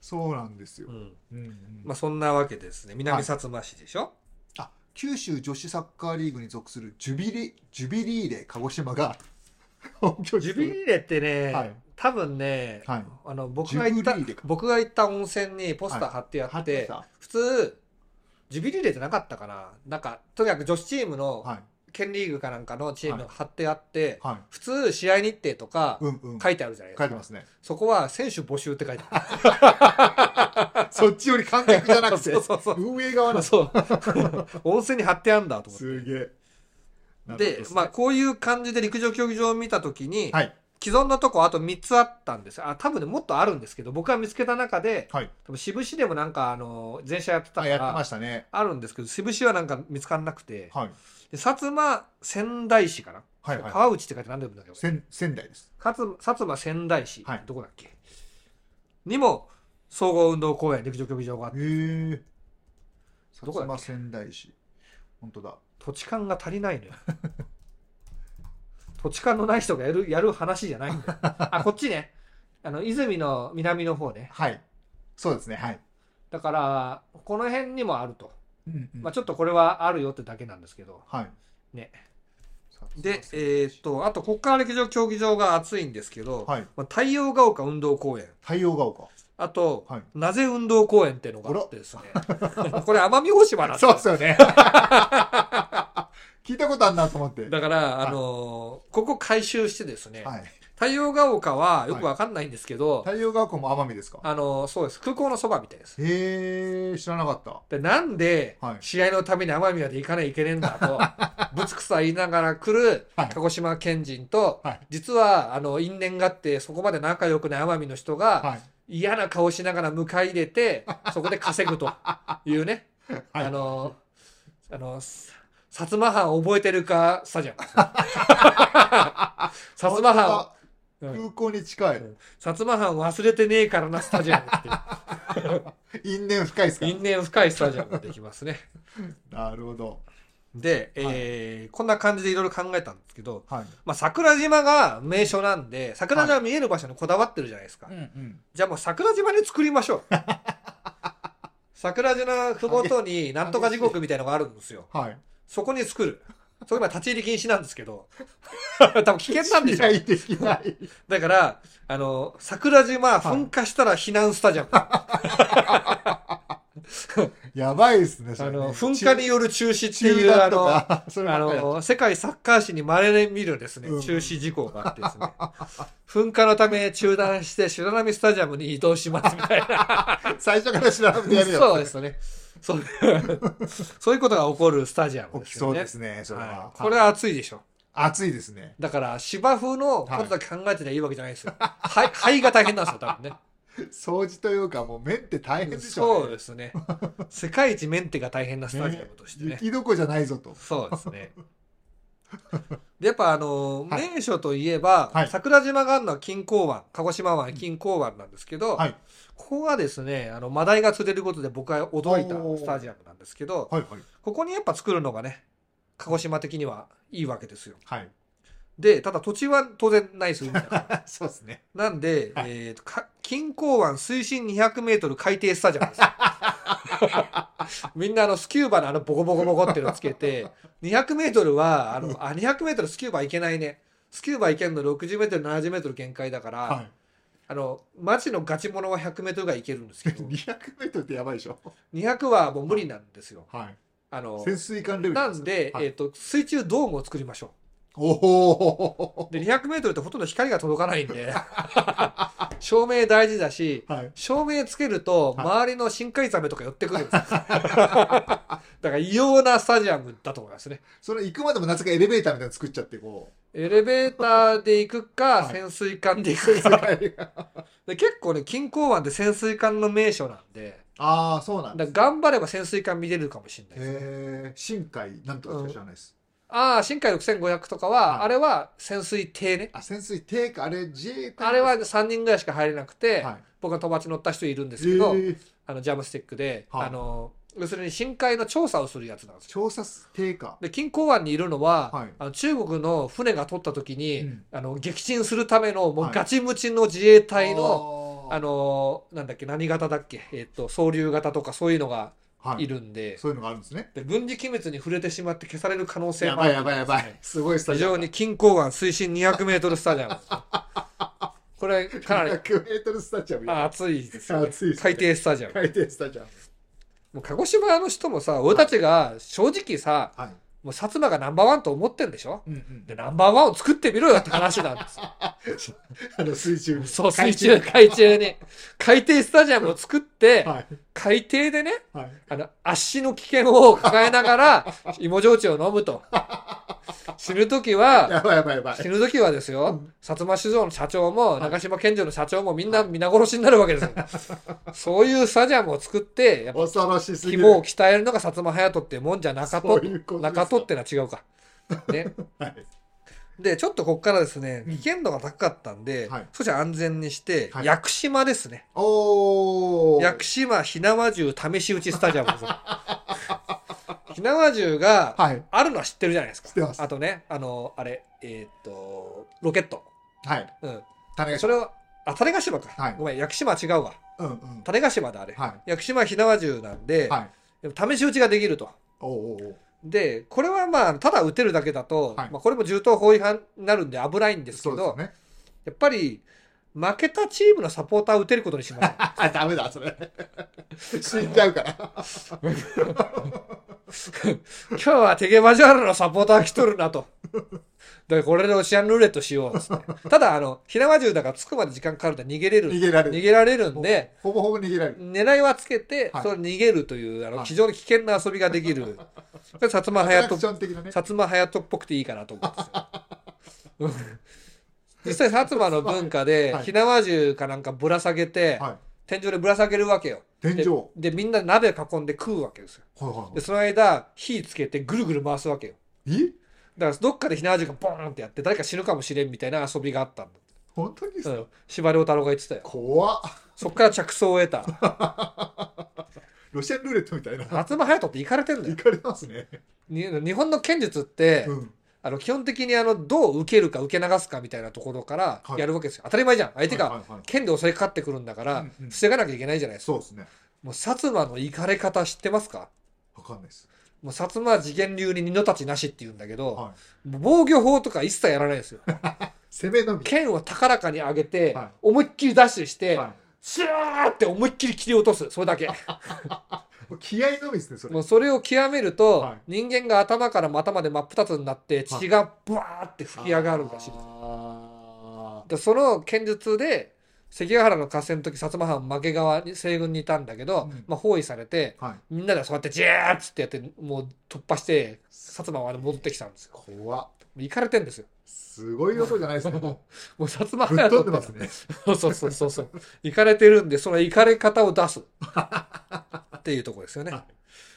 Speaker 1: そうなんですよ
Speaker 2: うん。
Speaker 1: うんうん
Speaker 2: まあ、そんなわけですね。南薩摩市でしょ、
Speaker 1: あ九州女子サッカーリーグに属するジュビリジュビリーレ鹿児島が 本拠地
Speaker 2: ジュビリーレってね、
Speaker 1: はい
Speaker 2: 多分ね、
Speaker 1: はい
Speaker 2: あの僕が行っ
Speaker 1: ジュ
Speaker 2: た
Speaker 1: ビリーレか
Speaker 2: 僕が行った温泉にポスター貼ってや
Speaker 1: 貼
Speaker 2: っ
Speaker 1: って
Speaker 2: て、
Speaker 1: た
Speaker 2: 普通ジュビリーレじゃなかったかななんかとにかく女子チームの
Speaker 1: はい
Speaker 2: 県リーグかなんかのチーム
Speaker 1: は
Speaker 2: が貼ってあって、
Speaker 1: はい
Speaker 2: 普通試合日程とか
Speaker 1: うんうん
Speaker 2: 書いてあるじゃないで
Speaker 1: 書
Speaker 2: すか、
Speaker 1: いてますね
Speaker 2: そこは選手募集って書いてある
Speaker 1: そっちより観客じゃなくて
Speaker 2: そうそうそう
Speaker 1: 運営側なんです
Speaker 2: そう温泉に貼ってあんだと思って
Speaker 1: すげえなるほど
Speaker 2: で
Speaker 1: ですね
Speaker 2: まあこういう感じで陸上競技場を見た時に、
Speaker 1: はい
Speaker 2: 既存のとこあと3つあったんですあ多分ねもっとあるんですけど僕が見つけた中で
Speaker 1: はい
Speaker 2: 多分渋市でもなんかあの前社やってた
Speaker 1: あ
Speaker 2: か
Speaker 1: やってま
Speaker 2: ら
Speaker 1: したね
Speaker 2: あるんですけど渋市はなんか見つからなくて、
Speaker 1: はい
Speaker 2: で薩摩仙台市かな、
Speaker 1: はいはい
Speaker 2: 川内って書いて何でもいいんだけど薩
Speaker 1: 仙仙台です
Speaker 2: 摩薩摩仙台市、
Speaker 1: はい
Speaker 2: どこだっけにも総合運動公園陸上競技場があっ
Speaker 1: へ
Speaker 2: て
Speaker 1: え
Speaker 2: どこだっ
Speaker 1: 薩摩仙台市本当だ
Speaker 2: 土地勘が足りないのよ土地勘のない人がやる やる話じゃないんだよあこっちねあの泉の南の方ね
Speaker 1: はいそうですねはい
Speaker 2: だからこの辺にもあると、
Speaker 1: うんうん
Speaker 2: まあ、ちょっとこれはあるよってだけなんですけど
Speaker 1: はい
Speaker 2: ね
Speaker 1: 薩摩仙
Speaker 2: で
Speaker 1: 台市
Speaker 2: えーっとあと国家陸上競技場が暑いんですけど、
Speaker 1: はい
Speaker 2: まあ、太陽が丘運動公園
Speaker 1: 太陽が丘
Speaker 2: あと、
Speaker 1: はい
Speaker 2: なぜ運動公園っていうのがあってですね。 これ奄美大島なんです
Speaker 1: そう
Speaker 2: よ
Speaker 1: っすよね聞いたことあんなと思って
Speaker 2: だから、あのーここ改修してですね、
Speaker 1: はい
Speaker 2: 太陽が丘はよくわかんないんですけど、
Speaker 1: 太陽が丘も奄美ですか
Speaker 2: あのーそうです。空港のそばみたいです。
Speaker 1: へえ知らなかった
Speaker 2: で、なんで
Speaker 1: はい、
Speaker 2: 試合のために奄美まで行かなきゃいけねえんだ と、ぶつくさ言いながら来る
Speaker 1: はい
Speaker 2: 鹿児島県人と、
Speaker 1: はい
Speaker 2: 実は、あの、因縁があって、そこまで仲良くない奄美の人が、
Speaker 1: はい
Speaker 2: 嫌な顔しながら迎え入れて、 そこで稼ぐというね。
Speaker 1: はい
Speaker 2: あの、あの、さ薩摩藩覚えてるか、ス タジアム。薩摩藩、うん薩
Speaker 1: 空港に近い
Speaker 2: 摩藩忘れてねえからな、スタジアム っ
Speaker 1: 因縁深いです
Speaker 2: て
Speaker 1: か
Speaker 2: いう。因縁深いスタジアムができますね。
Speaker 1: なるほど
Speaker 2: で、えーこんな感じでいろいろ考えたんですけど、
Speaker 1: はい
Speaker 2: まあ、桜島が名所なんで、桜島見える場所にこだわってるじゃないですか。
Speaker 1: うんうん
Speaker 2: じゃあもう桜島に作りましょう。桜島ふもとになんとか地獄みたいのがあるんですよ。
Speaker 1: はい。
Speaker 2: そこに作る。そこ今立ち入り禁止なんです けど、多分危険なんでしょ。
Speaker 1: いできない。
Speaker 2: だから、あの、桜島噴火したら避難スタジアム。
Speaker 1: やばいですね、そ
Speaker 2: あ
Speaker 1: れね
Speaker 2: の、噴火による中止って
Speaker 1: 中
Speaker 2: いう、あ
Speaker 1: 断と
Speaker 2: の、
Speaker 1: か、 それ
Speaker 2: あ
Speaker 1: ばっかりだ
Speaker 2: の、世界サッカー史に稀に見るですね、
Speaker 1: うん
Speaker 2: 中止事項があってですね、 噴火のため中断して、白波スタジアムに移動しますみたいな。
Speaker 1: 最初から調べてやるよ。
Speaker 2: そうですね。そう そういうことが起こるスタジア
Speaker 1: 起
Speaker 2: ムで
Speaker 1: き
Speaker 2: す
Speaker 1: そ
Speaker 2: よ
Speaker 1: う
Speaker 2: ね
Speaker 1: で。すね、それは
Speaker 2: は。いこれは暑いでしょ。
Speaker 1: 暑いですね。
Speaker 2: だから芝生のことだけ考えてりゃいいわけじゃないですよ。はい、肺が大変なんですよ、多分ね。
Speaker 1: 掃除というか、もう面って大変でしょ
Speaker 2: そうですね。世界一メンテが大変なスタジアムとしてね。
Speaker 1: 雪どこじゃないぞと。
Speaker 2: そうですね。でやっぱあの、
Speaker 1: はい
Speaker 2: 名所といえば、
Speaker 1: はい
Speaker 2: 桜島があるのは錦江湾鹿児島湾錦江湾なんですけど、
Speaker 1: はい
Speaker 2: ここがですねあのマダイが釣れることで僕は驚いた
Speaker 1: おー
Speaker 2: スタジアムなんですけど
Speaker 1: はいはい。
Speaker 2: ここにやっぱ作るのがね鹿児島的にはいいわけですよ
Speaker 1: はい。
Speaker 2: でただ土地は当然ないです海だから
Speaker 1: そうですね。
Speaker 2: なんで、
Speaker 1: はい
Speaker 2: えーとか錦江湾水深 200m 海底スタジアムですよ みんなあのスキューバのあのボコボコボコってのつけて 200m はあのあ 200m スキューバ行けないねスキューバ行けるの 60m70m 限界だから、
Speaker 1: は
Speaker 2: あのマジのガチモノは 100m ぐらい行けるんです
Speaker 1: い。
Speaker 2: けど
Speaker 1: 200メートルってやばいでしょ。
Speaker 2: 200はもう無理なんですよ
Speaker 1: はい。
Speaker 2: あの
Speaker 1: 潜水艦レベル
Speaker 2: なんで、
Speaker 1: はい
Speaker 2: えー、と水中ドームを作りましょう
Speaker 1: おお。
Speaker 2: で 200m ってほとんど光が届かない んで照明大事だし
Speaker 1: はい。
Speaker 2: 照明つけると
Speaker 1: はい
Speaker 2: 周りの深海ザメとか寄ってくるんです よだから異様なスタジアムだと思いますね
Speaker 1: それ行くまでもなぜかエレベーターみたいなの作っちゃって、こ
Speaker 2: エレベーターで行くか、
Speaker 1: はい
Speaker 2: 潜水艦で行
Speaker 1: う。
Speaker 2: く かで結構ね錦江湾って潜水艦の名所なんで
Speaker 1: ああ、そうなん
Speaker 2: だ
Speaker 1: だ。
Speaker 2: から頑張れば潜水艦見れるかもしれないで
Speaker 1: へ
Speaker 2: す、
Speaker 1: え、深海なんとかしか知らないです。
Speaker 2: ああ深海6500とかは、
Speaker 1: はい
Speaker 2: あれは潜水艇ね
Speaker 1: あ、潜水艇か、あれ自衛隊
Speaker 2: あれは3人ぐらいしか入れなくて、
Speaker 1: はい。
Speaker 2: 僕が友達乗った人いるんですけど、
Speaker 1: ええ、
Speaker 2: あのジャムスティックで、
Speaker 1: はい
Speaker 2: あの要するに深海の調査をするやつなんですよ
Speaker 1: 調査艇か。
Speaker 2: で錦江湾にいるのは、
Speaker 1: はい
Speaker 2: あの中国の船が取った時に、
Speaker 1: うん
Speaker 2: あの撃沈するためのもう
Speaker 1: はい
Speaker 2: ガチムチの自衛隊の、
Speaker 1: の
Speaker 2: あのなんだっけ何型だっけ、えっと総流型とかそういうのが
Speaker 1: はい
Speaker 2: いるんで,、
Speaker 1: そういうのがあるんですね。
Speaker 2: で軍事機密に触れてしまって消される可能性
Speaker 1: や
Speaker 2: も
Speaker 1: ば
Speaker 2: あ
Speaker 1: い
Speaker 2: る
Speaker 1: やばいやばい。すごいスタ
Speaker 2: 非
Speaker 1: ジオ。
Speaker 2: 常に錦江湾水深 200m スタジアムですねこれかなり
Speaker 1: 100メートルスタジアム。
Speaker 2: あ熱いですよね
Speaker 1: 暑いですね
Speaker 2: 海底スタジアム
Speaker 1: 回転スタジアム。
Speaker 2: もう鹿児島の人もさ俺たちが正直さ
Speaker 1: はい。
Speaker 2: もう薩摩がナンバーワンと思ってんでしょ
Speaker 1: うんうん
Speaker 2: で、ナンバーワンを作ってみろよって話なんですよ。
Speaker 1: あの水中に。
Speaker 2: そう、
Speaker 1: 海
Speaker 2: 水
Speaker 1: 中
Speaker 2: 中、海中に。海底スタジアムを作って、
Speaker 1: はい。
Speaker 2: 海底でね、
Speaker 1: はい。
Speaker 2: あの、足の危険を抱えな がら、芋焼酎を飲むと。死ぬ時は、
Speaker 1: やばいやばいやばい
Speaker 2: 死。ぬ時はですよ、薩摩酒造の社長も、中島健二の社長もみんな皆殺しになるわけですよ。 そういうスタジアムを作って、やっぱ
Speaker 1: 恐ろしすぎる。
Speaker 2: 肝を鍛えるのが薩摩隼人ってもんじゃなかと
Speaker 1: そういうことですか
Speaker 2: 中とってのは違うか。ね。
Speaker 1: はい。
Speaker 2: で、ちょっとここからですね、
Speaker 1: うん
Speaker 2: 危険度が高かったんで、
Speaker 1: はい
Speaker 2: 少し安全にして、
Speaker 1: はい
Speaker 2: 屋久島ですね。
Speaker 1: おー。
Speaker 2: 屋久島火縄銃試し撃ちスタジアムで すよ。火縄銃が
Speaker 1: はい。
Speaker 2: あるのは知ってるじゃないですか。
Speaker 1: 知ってます
Speaker 2: あとね、あの、あれ、えーっと、ロケット。
Speaker 1: はい。
Speaker 2: うん。
Speaker 1: 種が
Speaker 2: それを、あ、種子島か。
Speaker 1: はい
Speaker 2: ごめん、屋久島は違うわ。
Speaker 1: うんうん。
Speaker 2: 種子島だ、あれ。
Speaker 1: は
Speaker 2: 屋久島火縄銃なんで、
Speaker 1: い。はい。
Speaker 2: でも試し撃ちができると。
Speaker 1: おーおーおー。
Speaker 2: で、これはまあ、ただ撃てるだけだと、
Speaker 1: はい
Speaker 2: まあ、これも銃刀法違反になるんで危ないんですけ
Speaker 1: そ
Speaker 2: ど、
Speaker 1: うですよね。
Speaker 2: やっぱり、負けたチームのサポーターを打てることにします。
Speaker 1: あ、ダメだ、それ。 死んじゃうから。
Speaker 2: 今日はテゲバジャールのサポーターが来とるなと。だからこれでオシアンルーレットしようっつって。ただ、あの、火縄銃だから着くまで時間かかるんで 逃げれる。
Speaker 1: 逃げられ
Speaker 2: 逃
Speaker 1: る。
Speaker 2: げられるんで、
Speaker 1: ほぼほぼ逃げられる。
Speaker 2: 狙いはつけて、
Speaker 1: はい
Speaker 2: それを逃げるという、あの、
Speaker 1: はい
Speaker 2: 非常に危険な遊びができ る。これ薩摩
Speaker 1: アト
Speaker 2: 隼
Speaker 1: ラクシ
Speaker 2: 人、
Speaker 1: ョン的なね
Speaker 2: 薩。摩隼人っぽくていいかなと思 うんですよ。うん実際、薩摩の文化で
Speaker 1: は、い
Speaker 2: 火縄銃かなんかぶら下げて、
Speaker 1: はい。
Speaker 2: 天井でぶら下げるわけよ。
Speaker 1: 天
Speaker 2: で
Speaker 1: 井。はい
Speaker 2: でみんな鍋囲んで食うわけですよ
Speaker 1: は
Speaker 2: でその間火つけてぐるぐる回すわけよ
Speaker 1: いはい。え
Speaker 2: だからどっかで火縄銃がボーンってやって誰か死ぬかもしれんみたいな遊びがあったん
Speaker 1: 本当に
Speaker 2: だ、うん、司馬遼太郎が言ってたよ
Speaker 1: 怖っ。
Speaker 2: そっから着想を 得た
Speaker 1: ロシアンルーレットみたいな。
Speaker 2: 夏間隼人って行かれてんだ
Speaker 1: 行
Speaker 2: よ
Speaker 1: かれますね。
Speaker 2: に日本の剣術って、
Speaker 1: うん。
Speaker 2: あの基本的にあのどう受けるか受け流すかみたいなところから
Speaker 1: はい
Speaker 2: やるわけですよ、当たり前じゃん相
Speaker 1: は
Speaker 2: 手
Speaker 1: い
Speaker 2: が
Speaker 1: はいはい
Speaker 2: 剣で襲いかかってくるんだから、
Speaker 1: うんうん
Speaker 2: 防がなきゃいけないじゃないですか
Speaker 1: そうですね。
Speaker 2: もう薩摩のいかれ方知ってますか
Speaker 1: わかんないです。
Speaker 2: もう薩摩は次元流に二の太刀なしって言うんだけど、
Speaker 1: はい。
Speaker 2: もう防御法とか一切やらないんですよ。
Speaker 1: 攻めのみ。
Speaker 2: 剣を高らかに上げて、
Speaker 1: はい
Speaker 2: 思いっきりダッシュして、
Speaker 1: は
Speaker 2: シューって思いっきり切り落とす。それだけ。
Speaker 1: い。もう気合のみですね、それ。
Speaker 2: もうそれを極めると、
Speaker 1: はい
Speaker 2: 人間が頭から股まで真っ二つになって血がブワーって吹き上がるらしいです、
Speaker 1: あ
Speaker 2: でその剣術で関ヶ原の合戦の時薩摩藩負け側に西軍にいたんだけど、
Speaker 1: うん
Speaker 2: まあ、包囲されて
Speaker 1: ーはい。
Speaker 2: みんなでそうやってジャーッつってやってもう突破して薩摩まで戻ってきたんですよ
Speaker 1: 怖っ。
Speaker 2: 行かれてんですよ
Speaker 1: すごい予想じゃないです ね。も
Speaker 2: もう薩摩
Speaker 1: うぶっ
Speaker 2: 藩
Speaker 1: 飛んでますね。
Speaker 2: そうそうそうそうそう行かれてるんでその行かれ方を 出すっていうところですよね
Speaker 1: は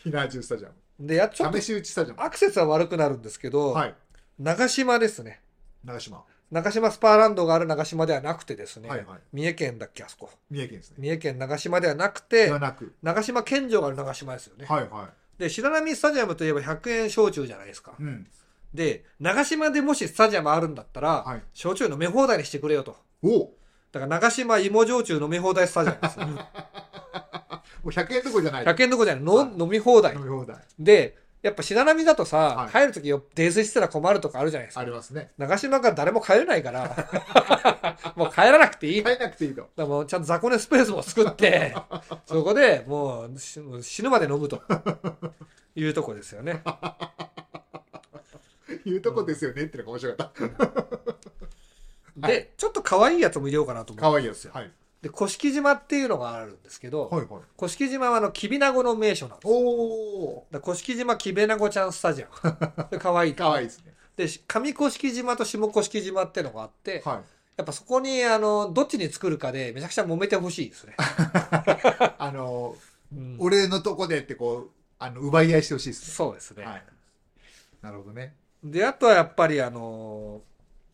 Speaker 1: ひなじゅうスタジアム。
Speaker 2: でやちょっと
Speaker 1: 試し打ちスタジアム。
Speaker 2: アクセスは悪くなるんですけど、
Speaker 1: はい。
Speaker 2: 長島ですね
Speaker 1: 長島。
Speaker 2: 長島スパーランドがある長島ではなくてですね、
Speaker 1: はいはい
Speaker 2: 三重県だっけあそこ
Speaker 1: 三重県ですね。
Speaker 2: 三重県長島ではなく
Speaker 1: で
Speaker 2: て
Speaker 1: はなく。
Speaker 2: 長島県庁がある長島ですよね、
Speaker 1: はいは
Speaker 2: で白波スタジアムといえば100円焼酎じゃないですか、
Speaker 1: い。うん。
Speaker 2: で長島でもしスタジアムあるんだったら、
Speaker 1: はい
Speaker 2: 焼酎飲み放題にしてくれよと
Speaker 1: おも
Speaker 2: だから長島芋焼酎飲み放題スタジアム ですよ
Speaker 1: う100円どころじゃない。
Speaker 2: 100円どころじゃないの、
Speaker 1: はい
Speaker 2: 飲み放題
Speaker 1: 飲み放題。
Speaker 2: でやっぱ白波だとさ、
Speaker 1: はい
Speaker 2: 帰る時よ泥酔してたら困るとかあるじゃないですか
Speaker 1: ありますね。
Speaker 2: 長島が誰も帰れないからもう帰らな くていい
Speaker 1: 買えなくていいと。
Speaker 2: だからもうちゃんと雑魚寝スペースも作ってそこでもうし死ぬまで飲むというとこですよね。
Speaker 1: いうとこですよねってのが面白かった。
Speaker 2: で、ちょっと可愛いやつも入れようかなと思
Speaker 1: 可
Speaker 2: う
Speaker 1: 愛いやつ。はい。
Speaker 2: で甑島っていうのがあるんですけど
Speaker 1: はいはい。
Speaker 2: 甑、島はあのきびなごの名所なんです
Speaker 1: おお。
Speaker 2: だから甑島きびなごちゃんスタジアム で可愛い
Speaker 1: 可愛いですね。
Speaker 2: でし上甑島と下甑島っていうのがあって、
Speaker 1: はい。
Speaker 2: やっぱそこにあのどっちに作るかでめちゃくちゃ揉めてほしいですね、
Speaker 1: あの、
Speaker 2: うん
Speaker 1: 俺のとこでってこう、あの、奪い合いしてほしいです
Speaker 2: そうですね、
Speaker 1: ね。はい。なるほどね。
Speaker 2: であとはやっぱりあの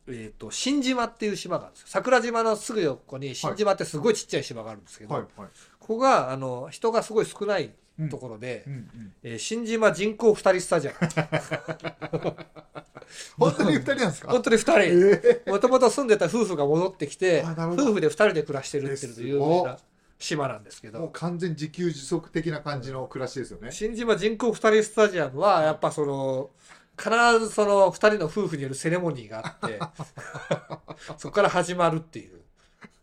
Speaker 2: えっ、と新島っていう島があるんですよ桜島のすぐ横に新島ってすごいちっちゃい島があるんですけど、
Speaker 1: はいはい。
Speaker 2: ここがあの人がすごい少ないところで、
Speaker 1: うんうん。
Speaker 2: えー新島人口2人スタジアム
Speaker 1: 本当に二人なんですか
Speaker 2: 本当に2
Speaker 1: ええ
Speaker 2: 人もともと住んでた夫婦が戻ってきて
Speaker 1: あなるほど
Speaker 2: 夫婦で2人で暮らしてるっていう有名な島なんですけ
Speaker 1: もう
Speaker 2: ど
Speaker 1: 完全自給自足的な感じの暮らしですよね。
Speaker 2: 新島人口2人スタジアムはやっぱその必ずその2人の夫婦によるセレモニーが あってそこから始まるっていう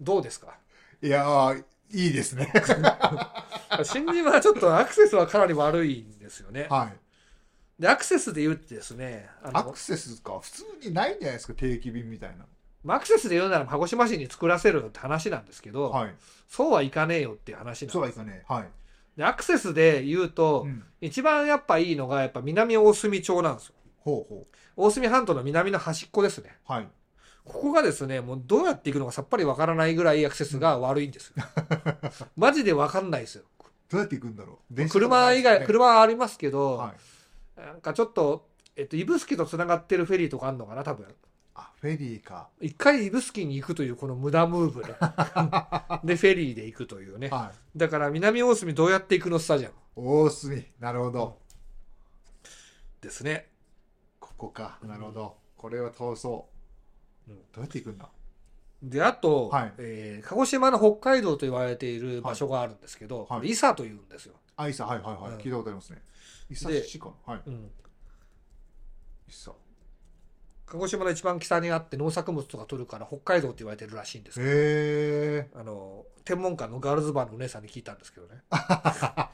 Speaker 2: どうですか
Speaker 1: いやー、いいですね。
Speaker 2: 新人はちょっとアクセスはかなり悪いんですよね。
Speaker 1: はい。
Speaker 2: で、アクセスで言うってですね、あの
Speaker 1: アクセスか。普通にないんじゃないですか、定期便みたいな。
Speaker 2: まあアクセスで言うなら鹿児島市に作らせるって話なんですけど、
Speaker 1: はい。
Speaker 2: そうはいかねえよっていう話なん
Speaker 1: そう
Speaker 2: で
Speaker 1: は
Speaker 2: す。
Speaker 1: いかね。はい。
Speaker 2: で、アクセスで言うと、
Speaker 1: うん
Speaker 2: 一番やっぱいいのが、やっぱ南大隅町なんですよ。
Speaker 1: ほうほ
Speaker 2: 大隅半島の南の端っこですね。
Speaker 1: う。はい。
Speaker 2: ここがですね、もうどうやって行くのかさっぱりわからないぐらいアクセスが悪いんです よ。マジでわかんないですよ。
Speaker 1: どうやって行くんだろう。電車とかな
Speaker 2: 車
Speaker 1: い
Speaker 2: 以
Speaker 1: ですか
Speaker 2: 外、
Speaker 1: ね。
Speaker 2: 車はありますけど、
Speaker 1: はい。
Speaker 2: なんかちょっと、えっと、指宿とつながってるフェリーとかあるのかな、多分。
Speaker 1: あ、フェリーか。
Speaker 2: 一回指宿に行くというこの無駄ム ーブねで、フェリーで行くというね。
Speaker 1: はい。
Speaker 2: だから南大隅どうやって行くのスタジアム
Speaker 1: 大隅。なるほど。
Speaker 2: ですね。
Speaker 1: ここか。なるほど。これは通そう。
Speaker 2: うん
Speaker 1: どうやって行くんだ
Speaker 2: で、あと、
Speaker 1: はい
Speaker 2: えー鹿児島の北海道と言われている場所があるんですけど、
Speaker 1: はいはい
Speaker 2: 伊佐というんですよ。
Speaker 1: あ、イサ、はいはいはい。
Speaker 2: うん
Speaker 1: 聞いたことありますね。イサ
Speaker 2: で
Speaker 1: 市かな。はい。
Speaker 2: うん
Speaker 1: イサ。
Speaker 2: 鹿児島の一番北にあって農作物とか取るから北海道って言われてるらしいんですけど、
Speaker 1: へえ。
Speaker 2: あの、天文館のガールズバーのお姉さんに聞いたんですけ どね。あ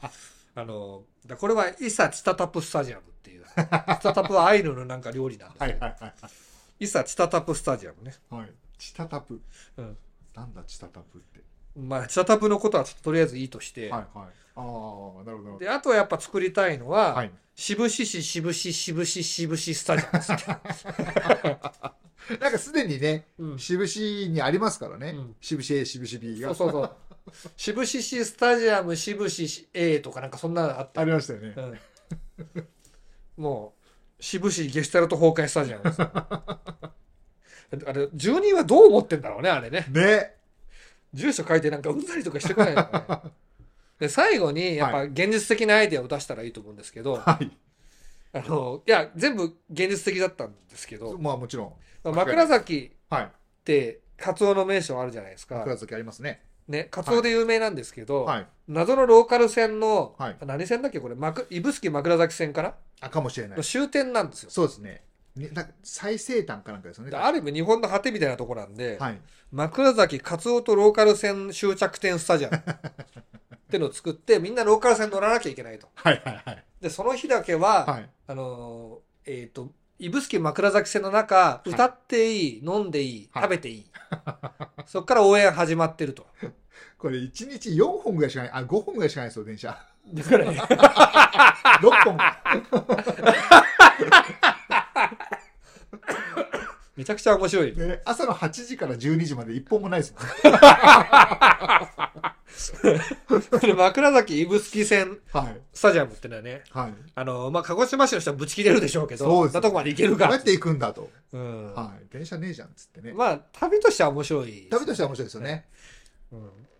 Speaker 2: の、だこれは伊佐チタタプスタジアムっていう。チタタプはアイヌのなんか料理なんです
Speaker 1: は
Speaker 2: け
Speaker 1: い
Speaker 2: ど
Speaker 1: はいはい
Speaker 2: 伊佐チタタプスタジアムね。
Speaker 1: はい。はい。チタタプ。
Speaker 2: うん
Speaker 1: なんだチタタプって。
Speaker 2: まあ、チタタプのことはちょっととりあえずいいとして。
Speaker 1: はいはい。ああ、なるほどなるほど。
Speaker 2: で、あとはやっぱ作りたいのは、
Speaker 1: はい。
Speaker 2: 渋志市渋志渋志渋志スタジアム ですね。
Speaker 1: なんかすでにね、
Speaker 2: うん
Speaker 1: 渋々にありますからね
Speaker 2: うん。
Speaker 1: 渋々 A、渋々 B
Speaker 2: そ
Speaker 1: が
Speaker 2: う。そうそう。渋志市スタジアム渋志 A とかなんかそんなのあっ た。
Speaker 1: ありましたよね
Speaker 2: う。んもう、渋志ゲシュタルト崩壊スタジアムで す。あれ、住人はどう思ってんだろうね、あれね。
Speaker 1: ね。
Speaker 2: 住所書いてなんかうんざりとかしてこないのか ね。で、最後に、やっぱ
Speaker 1: は
Speaker 2: 現実的なアイデアを出したらいいと思うんですけど、
Speaker 1: はい。
Speaker 2: あの、いや、全部現実的だったんですけど、
Speaker 1: まあもちろん。
Speaker 2: まあ、枕崎
Speaker 1: はい。
Speaker 2: って、カツオの名所あるじゃないですか。
Speaker 1: 枕崎ありますね。
Speaker 2: ね、カツオで有名なんですけど、
Speaker 1: はい。
Speaker 2: 謎のローカル線の、
Speaker 1: はい
Speaker 2: 何線だっけこれ、まく指宿枕崎線から、
Speaker 1: あ、かもしれない
Speaker 2: の。終点なんですよ。
Speaker 1: そうですね。ねなんか最西端かなんかですよね。
Speaker 2: である意味日本の果てみたいなとこなんで、
Speaker 1: はい。
Speaker 2: 枕崎カツオとローカル線終着点スタジアムってのを作って、みんなローカル線乗らなきゃいけないと。
Speaker 1: はいはいはい。
Speaker 2: で、その日だけは、
Speaker 1: はい。
Speaker 2: あのーえっ、と、指宿枕崎線の中、
Speaker 1: い
Speaker 2: 歌っていい、飲んでいい、
Speaker 1: はい
Speaker 2: 食 べていい。そっから応援始まってると。
Speaker 1: これ1日4本ぐらいしかない。あ、5本ぐらいしかないですよ、電車。
Speaker 2: だからね、
Speaker 1: 6本。
Speaker 2: めちゃくちゃ面白い。
Speaker 1: で朝の8時から12時まで1本もないですもん。
Speaker 2: で枕崎指宿線
Speaker 1: はい。
Speaker 2: スタジアムってのはね、
Speaker 1: はい。
Speaker 2: あのーまあ、鹿児島市の人はぶち切れるでしょうけど、
Speaker 1: そうです
Speaker 2: なとこまで行ける
Speaker 1: ど
Speaker 2: か
Speaker 1: うや
Speaker 2: ら
Speaker 1: っ。て行くんだと。
Speaker 2: うん
Speaker 1: はい。電車ねえじゃん、っつってね。
Speaker 2: まあ、旅としては面白い。
Speaker 1: 旅としては面白いですよね。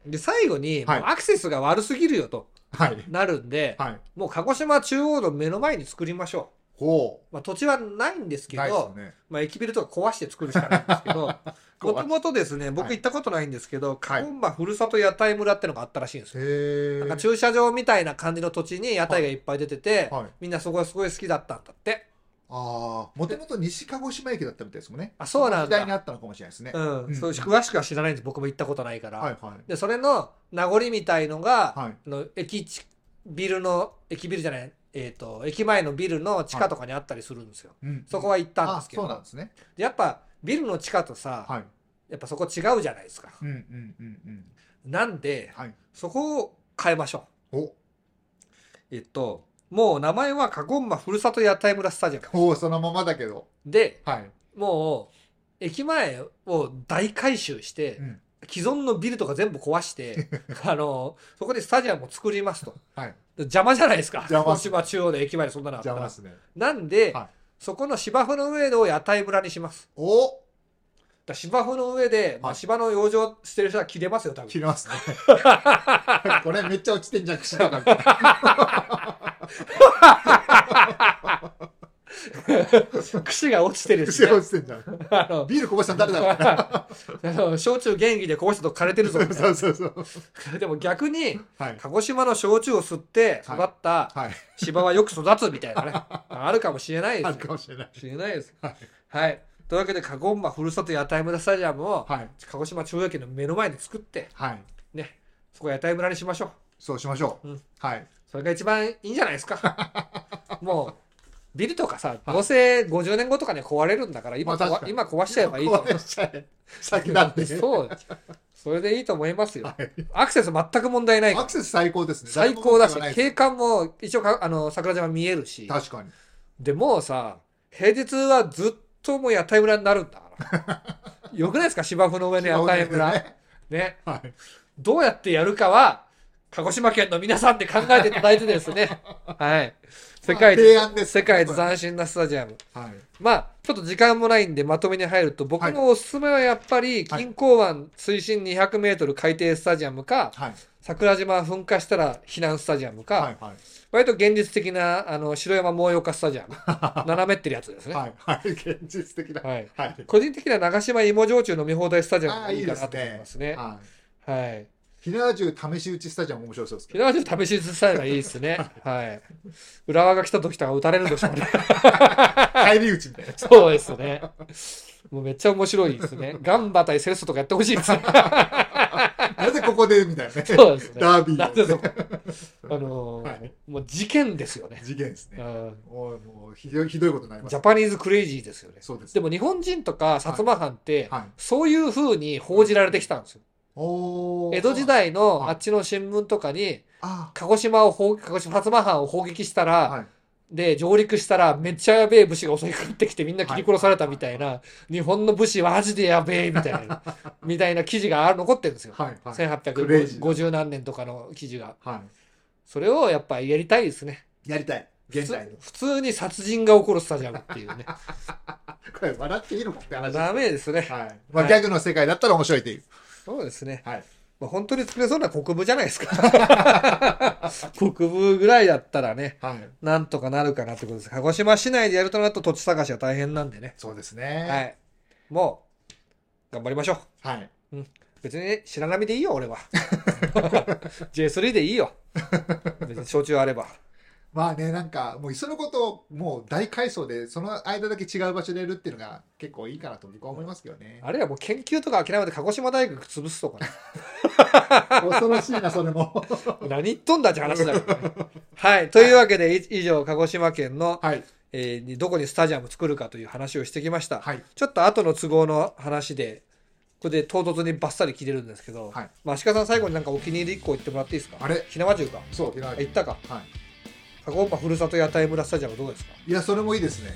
Speaker 2: で、最後に、
Speaker 1: はい
Speaker 2: もうアクセスが悪すぎるよと
Speaker 1: はい。
Speaker 2: なるんで、
Speaker 1: はい。
Speaker 2: もう鹿児島中央の目の前に作りましょ
Speaker 1: ほ
Speaker 2: う。まあ、土地はないんです
Speaker 1: う。
Speaker 2: け
Speaker 1: ないですよ
Speaker 2: ど、
Speaker 1: ね。
Speaker 2: まあ、駅ビルとか壊して作るしかないんです けど、もともとですね、僕
Speaker 1: はい
Speaker 2: 行ったことないんですけど、
Speaker 1: はい
Speaker 2: カコンバふるさと屋台村ってのがあったらしいんですよ。
Speaker 1: へえ。
Speaker 2: なんか駐車場みたいな感じの土地に屋台がいっぱい出てて、
Speaker 1: はい。
Speaker 2: みんなそこがすごい好きだったんだって。
Speaker 1: ああ、もともと西鹿児島駅だったみたいですもんね。
Speaker 2: あそうなんだ
Speaker 1: 時代にあったのかもしれないですね。
Speaker 2: う
Speaker 1: は
Speaker 2: ん。
Speaker 1: うん
Speaker 2: そう詳しくは知らないんです。僕も行ったことないから。
Speaker 1: いはい。
Speaker 2: で、それの名残みたいのが、
Speaker 1: はい。
Speaker 2: あの駅ちビルの駅ビルじゃない、えー、と駅前のビルの地下とかにあったりするんですよ、
Speaker 1: うん
Speaker 2: そこは行ったんですけ
Speaker 1: あそ
Speaker 2: ど
Speaker 1: うなんですね。
Speaker 2: でやっぱビルの地下とさ、
Speaker 1: はい。
Speaker 2: やっぱそこ違うじゃないですか
Speaker 1: うんうんうんうん。
Speaker 2: なんで
Speaker 1: はい。
Speaker 2: そこを変えましょ
Speaker 1: お
Speaker 2: うえっともう名前はカゴンマふるさと屋台村スタジアム
Speaker 1: おうそのままだけど。
Speaker 2: で
Speaker 1: はい。
Speaker 2: もう駅前を大改修して、
Speaker 1: うん
Speaker 2: 既存のビルとか全部壊して あのそこでスタジアムを作りますと
Speaker 1: はい。
Speaker 2: 邪魔じゃないですか
Speaker 1: 邪魔
Speaker 2: 鹿児島中央で駅前でそんなのあった
Speaker 1: 邪魔
Speaker 2: ら
Speaker 1: ですね。
Speaker 2: なんで、
Speaker 1: はい
Speaker 2: そこの芝生の上を屋台村にします。
Speaker 1: お
Speaker 2: だから芝生の上で、まあ、芝の養生してる人は切れますよ、多分。
Speaker 1: 切れます ね。これめっちゃ落ちてんじゃん、串とかみたいな。
Speaker 2: 串が落ちて る
Speaker 1: 串
Speaker 2: し、ね
Speaker 1: が、落ちてんじゃん。
Speaker 2: あの、
Speaker 1: ビールこぼしたの誰だろう
Speaker 2: あの焼酎元気でこうしたと枯れて るぞみたい
Speaker 1: そうそうそう。
Speaker 2: な。 でも逆に、
Speaker 1: はい。
Speaker 2: 鹿児島の焼酎を吸って育った
Speaker 1: はい。
Speaker 2: 芝はよく育つみた いなね、あるかもしれないで
Speaker 1: あ
Speaker 2: す
Speaker 1: るか
Speaker 2: よ。
Speaker 1: もしれない。
Speaker 2: しれないです。
Speaker 1: はい。
Speaker 2: はい。というわけで、カゴンマふるさと屋台村スタジアムを、
Speaker 1: はい。
Speaker 2: 鹿児島中央駅の目の前に作って、
Speaker 1: はい。
Speaker 2: ね、そこ屋台村にしましょう。
Speaker 1: そうしましょう。
Speaker 2: うん
Speaker 1: はい。
Speaker 2: それが一番いいんじゃないですか もうビルとかさどうせ50年後とかには壊れるんだから
Speaker 1: ま
Speaker 2: 今,、
Speaker 1: あ確かに
Speaker 2: 今壊しちゃえばいいと
Speaker 1: 壊しちゃえ。先だって。
Speaker 2: そうそれでいいと思いますよ、
Speaker 1: はい
Speaker 2: アクセス全く問題ないか
Speaker 1: ア
Speaker 2: ら
Speaker 1: クセス最高ですね。
Speaker 2: 最高だし
Speaker 1: 誰も文句言わないです
Speaker 2: 景観も一応かあの桜島見えるし
Speaker 1: 確かに。
Speaker 2: でもうさ平日はずっともう屋台村になる んだからよくないですか芝生の上の屋台村ね
Speaker 1: ね。はい。
Speaker 2: どうやってやるかは鹿児島県の皆さんで考えていただいてです ねはい 世界一
Speaker 1: 提案です。
Speaker 2: 世界一斬新なスタジアム。
Speaker 1: はい。
Speaker 2: まあ、ちょっと時間もないんでまとめに入ると、僕のおすすめはやっぱり、
Speaker 1: はい
Speaker 2: 錦江湾水深200メートル海底スタジアムか、
Speaker 1: はい。
Speaker 2: 桜島噴火したら避難スタジアムか、
Speaker 1: はい。はい。
Speaker 2: 割と現実的な、あの、城山猛洋化ス タジアム。斜めってるやつですね。
Speaker 1: はい。はい。現実的な。
Speaker 2: はい
Speaker 1: はい。
Speaker 2: 個人的には長島芋焼酎飲み放題スタジアム
Speaker 1: あ
Speaker 2: が
Speaker 1: あ、
Speaker 2: い
Speaker 1: い
Speaker 2: い
Speaker 1: い
Speaker 2: か
Speaker 1: で
Speaker 2: な
Speaker 1: す
Speaker 2: と思い
Speaker 1: ね
Speaker 2: ますね。
Speaker 1: は
Speaker 2: はい。
Speaker 1: い。火縄銃試し撃ちスタジアム面白そうですけ
Speaker 2: ひなわじ試し打ちスタジアムがいいで すね。はい。浦和が来た時とか打たれるでしょう
Speaker 1: ど。
Speaker 2: ね。
Speaker 1: 帰り討ちみたいな。
Speaker 2: そうですね。もうめっちゃ面白いですね。ガンバ対セレッソとかやってほし いですね。
Speaker 1: なぜここでみたいなね。
Speaker 2: そうですね。
Speaker 1: ダービ
Speaker 2: なんで
Speaker 1: ー。
Speaker 2: そこあのー
Speaker 1: はい
Speaker 2: もう事件ですよね。
Speaker 1: 次元です
Speaker 2: う
Speaker 1: ね。
Speaker 2: ん
Speaker 1: おいもうひどい、ひどいことになりま
Speaker 2: ジ
Speaker 1: す
Speaker 2: ャ。パニーズクレイジーですよね。
Speaker 1: そうです。
Speaker 2: でも日本人とか薩摩藩って、
Speaker 1: はい。
Speaker 2: そういう風に報じられてきたんですよ。
Speaker 1: おー
Speaker 2: 江戸時。代の
Speaker 1: はい
Speaker 2: あっちの新聞とかに、
Speaker 1: あ
Speaker 2: 鹿児島を砲、鹿児島薩摩藩を砲撃した
Speaker 1: あ。
Speaker 2: ら、
Speaker 1: はい。
Speaker 2: で、上陸したらめっちゃやべえ武士が襲いかかってきてみんな切り殺されたみたいな、日本の武士はマジでやべえみたい な、みたいな記事があ残ってるんですよ。
Speaker 1: はい。はい。クレイジー
Speaker 2: 1850何年とかの記事が。
Speaker 1: は
Speaker 2: それをやっぱやりたいですね。
Speaker 1: い。やりたい。
Speaker 2: 普
Speaker 1: 現代の
Speaker 2: 通。普通に殺人が起こるスタジアムっ ていうね。
Speaker 1: これ笑っていいのかって話です。
Speaker 2: ダメですね。
Speaker 1: はい。ま
Speaker 2: は
Speaker 1: あ、
Speaker 2: い
Speaker 1: ギャグの世界だったら面白いという。
Speaker 2: そうですね。
Speaker 1: はい。
Speaker 2: まあ、本当に作れそうな国分じゃないですか。 国分ぐらいだったらね、
Speaker 1: はい。
Speaker 2: なんとかなるかなってことです。鹿児島市内でやるとなると土地探しは大変なんでね。
Speaker 1: そうです
Speaker 2: は
Speaker 1: ね。
Speaker 2: い。もう、頑張りましょう。
Speaker 1: はい。
Speaker 2: 別にね白波でいいよ俺は J3 でいいよ別に焼酎あれば
Speaker 1: まあねなんかもういっそのことをもう大改装でその間だけ違う場所でやるっていうのが結構いいかなと僕は思いますけど ね
Speaker 2: あるいはもう研究とか諦めて鹿児島大学潰すとかね
Speaker 1: 恐ろしいなそれ も
Speaker 2: 何言っとんだって話だよ、ね、はいというわけでい以上鹿児島県の、
Speaker 1: はい
Speaker 2: えーにどこにスタジアム作るかという話をしてきました、
Speaker 1: はい
Speaker 2: ちょっと後の都合の話でこれで唐突にバッサリ切れるんですけど、
Speaker 1: はい
Speaker 2: まあ、足利さん最後になんかお気に入り1個言ってもらっていいですか
Speaker 1: あれ
Speaker 2: 火縄銃か
Speaker 1: そう平
Speaker 2: あ
Speaker 1: 和
Speaker 2: 行ったか
Speaker 1: はい
Speaker 2: カゴンパふるさと屋台村スタジアムどうですか、
Speaker 1: いやそれもいいですね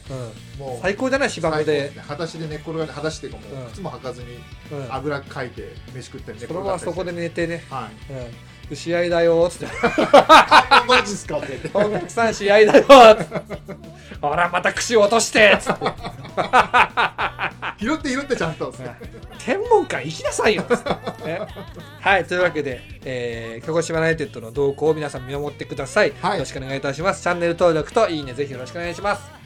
Speaker 1: もう
Speaker 2: 最高じゃない芝生で
Speaker 1: 最高すね裸足で寝っ転がって裸足っていうかも
Speaker 2: う
Speaker 1: うん靴も履かずに
Speaker 2: うん
Speaker 1: 油かいて飯食ったり寝っ転
Speaker 2: そのま
Speaker 1: が
Speaker 2: ま
Speaker 1: ったりして
Speaker 2: そこで寝てね、
Speaker 1: はい
Speaker 2: うん、試合だよーっつって
Speaker 1: あマジっすかって言って
Speaker 2: 「お客さん試合だよ」っつって 「ほらまた串落として」っつって
Speaker 1: 拾って拾ってちゃんと
Speaker 2: 「天文館行きなさいよ」 っつって、ね、はいというわけで、えー、鹿児島ナイテッドの動向を皆さん見守ってください、
Speaker 1: はい
Speaker 2: よろしくお願いいたしますチャンネル登録といいねぜひよろしくお願いします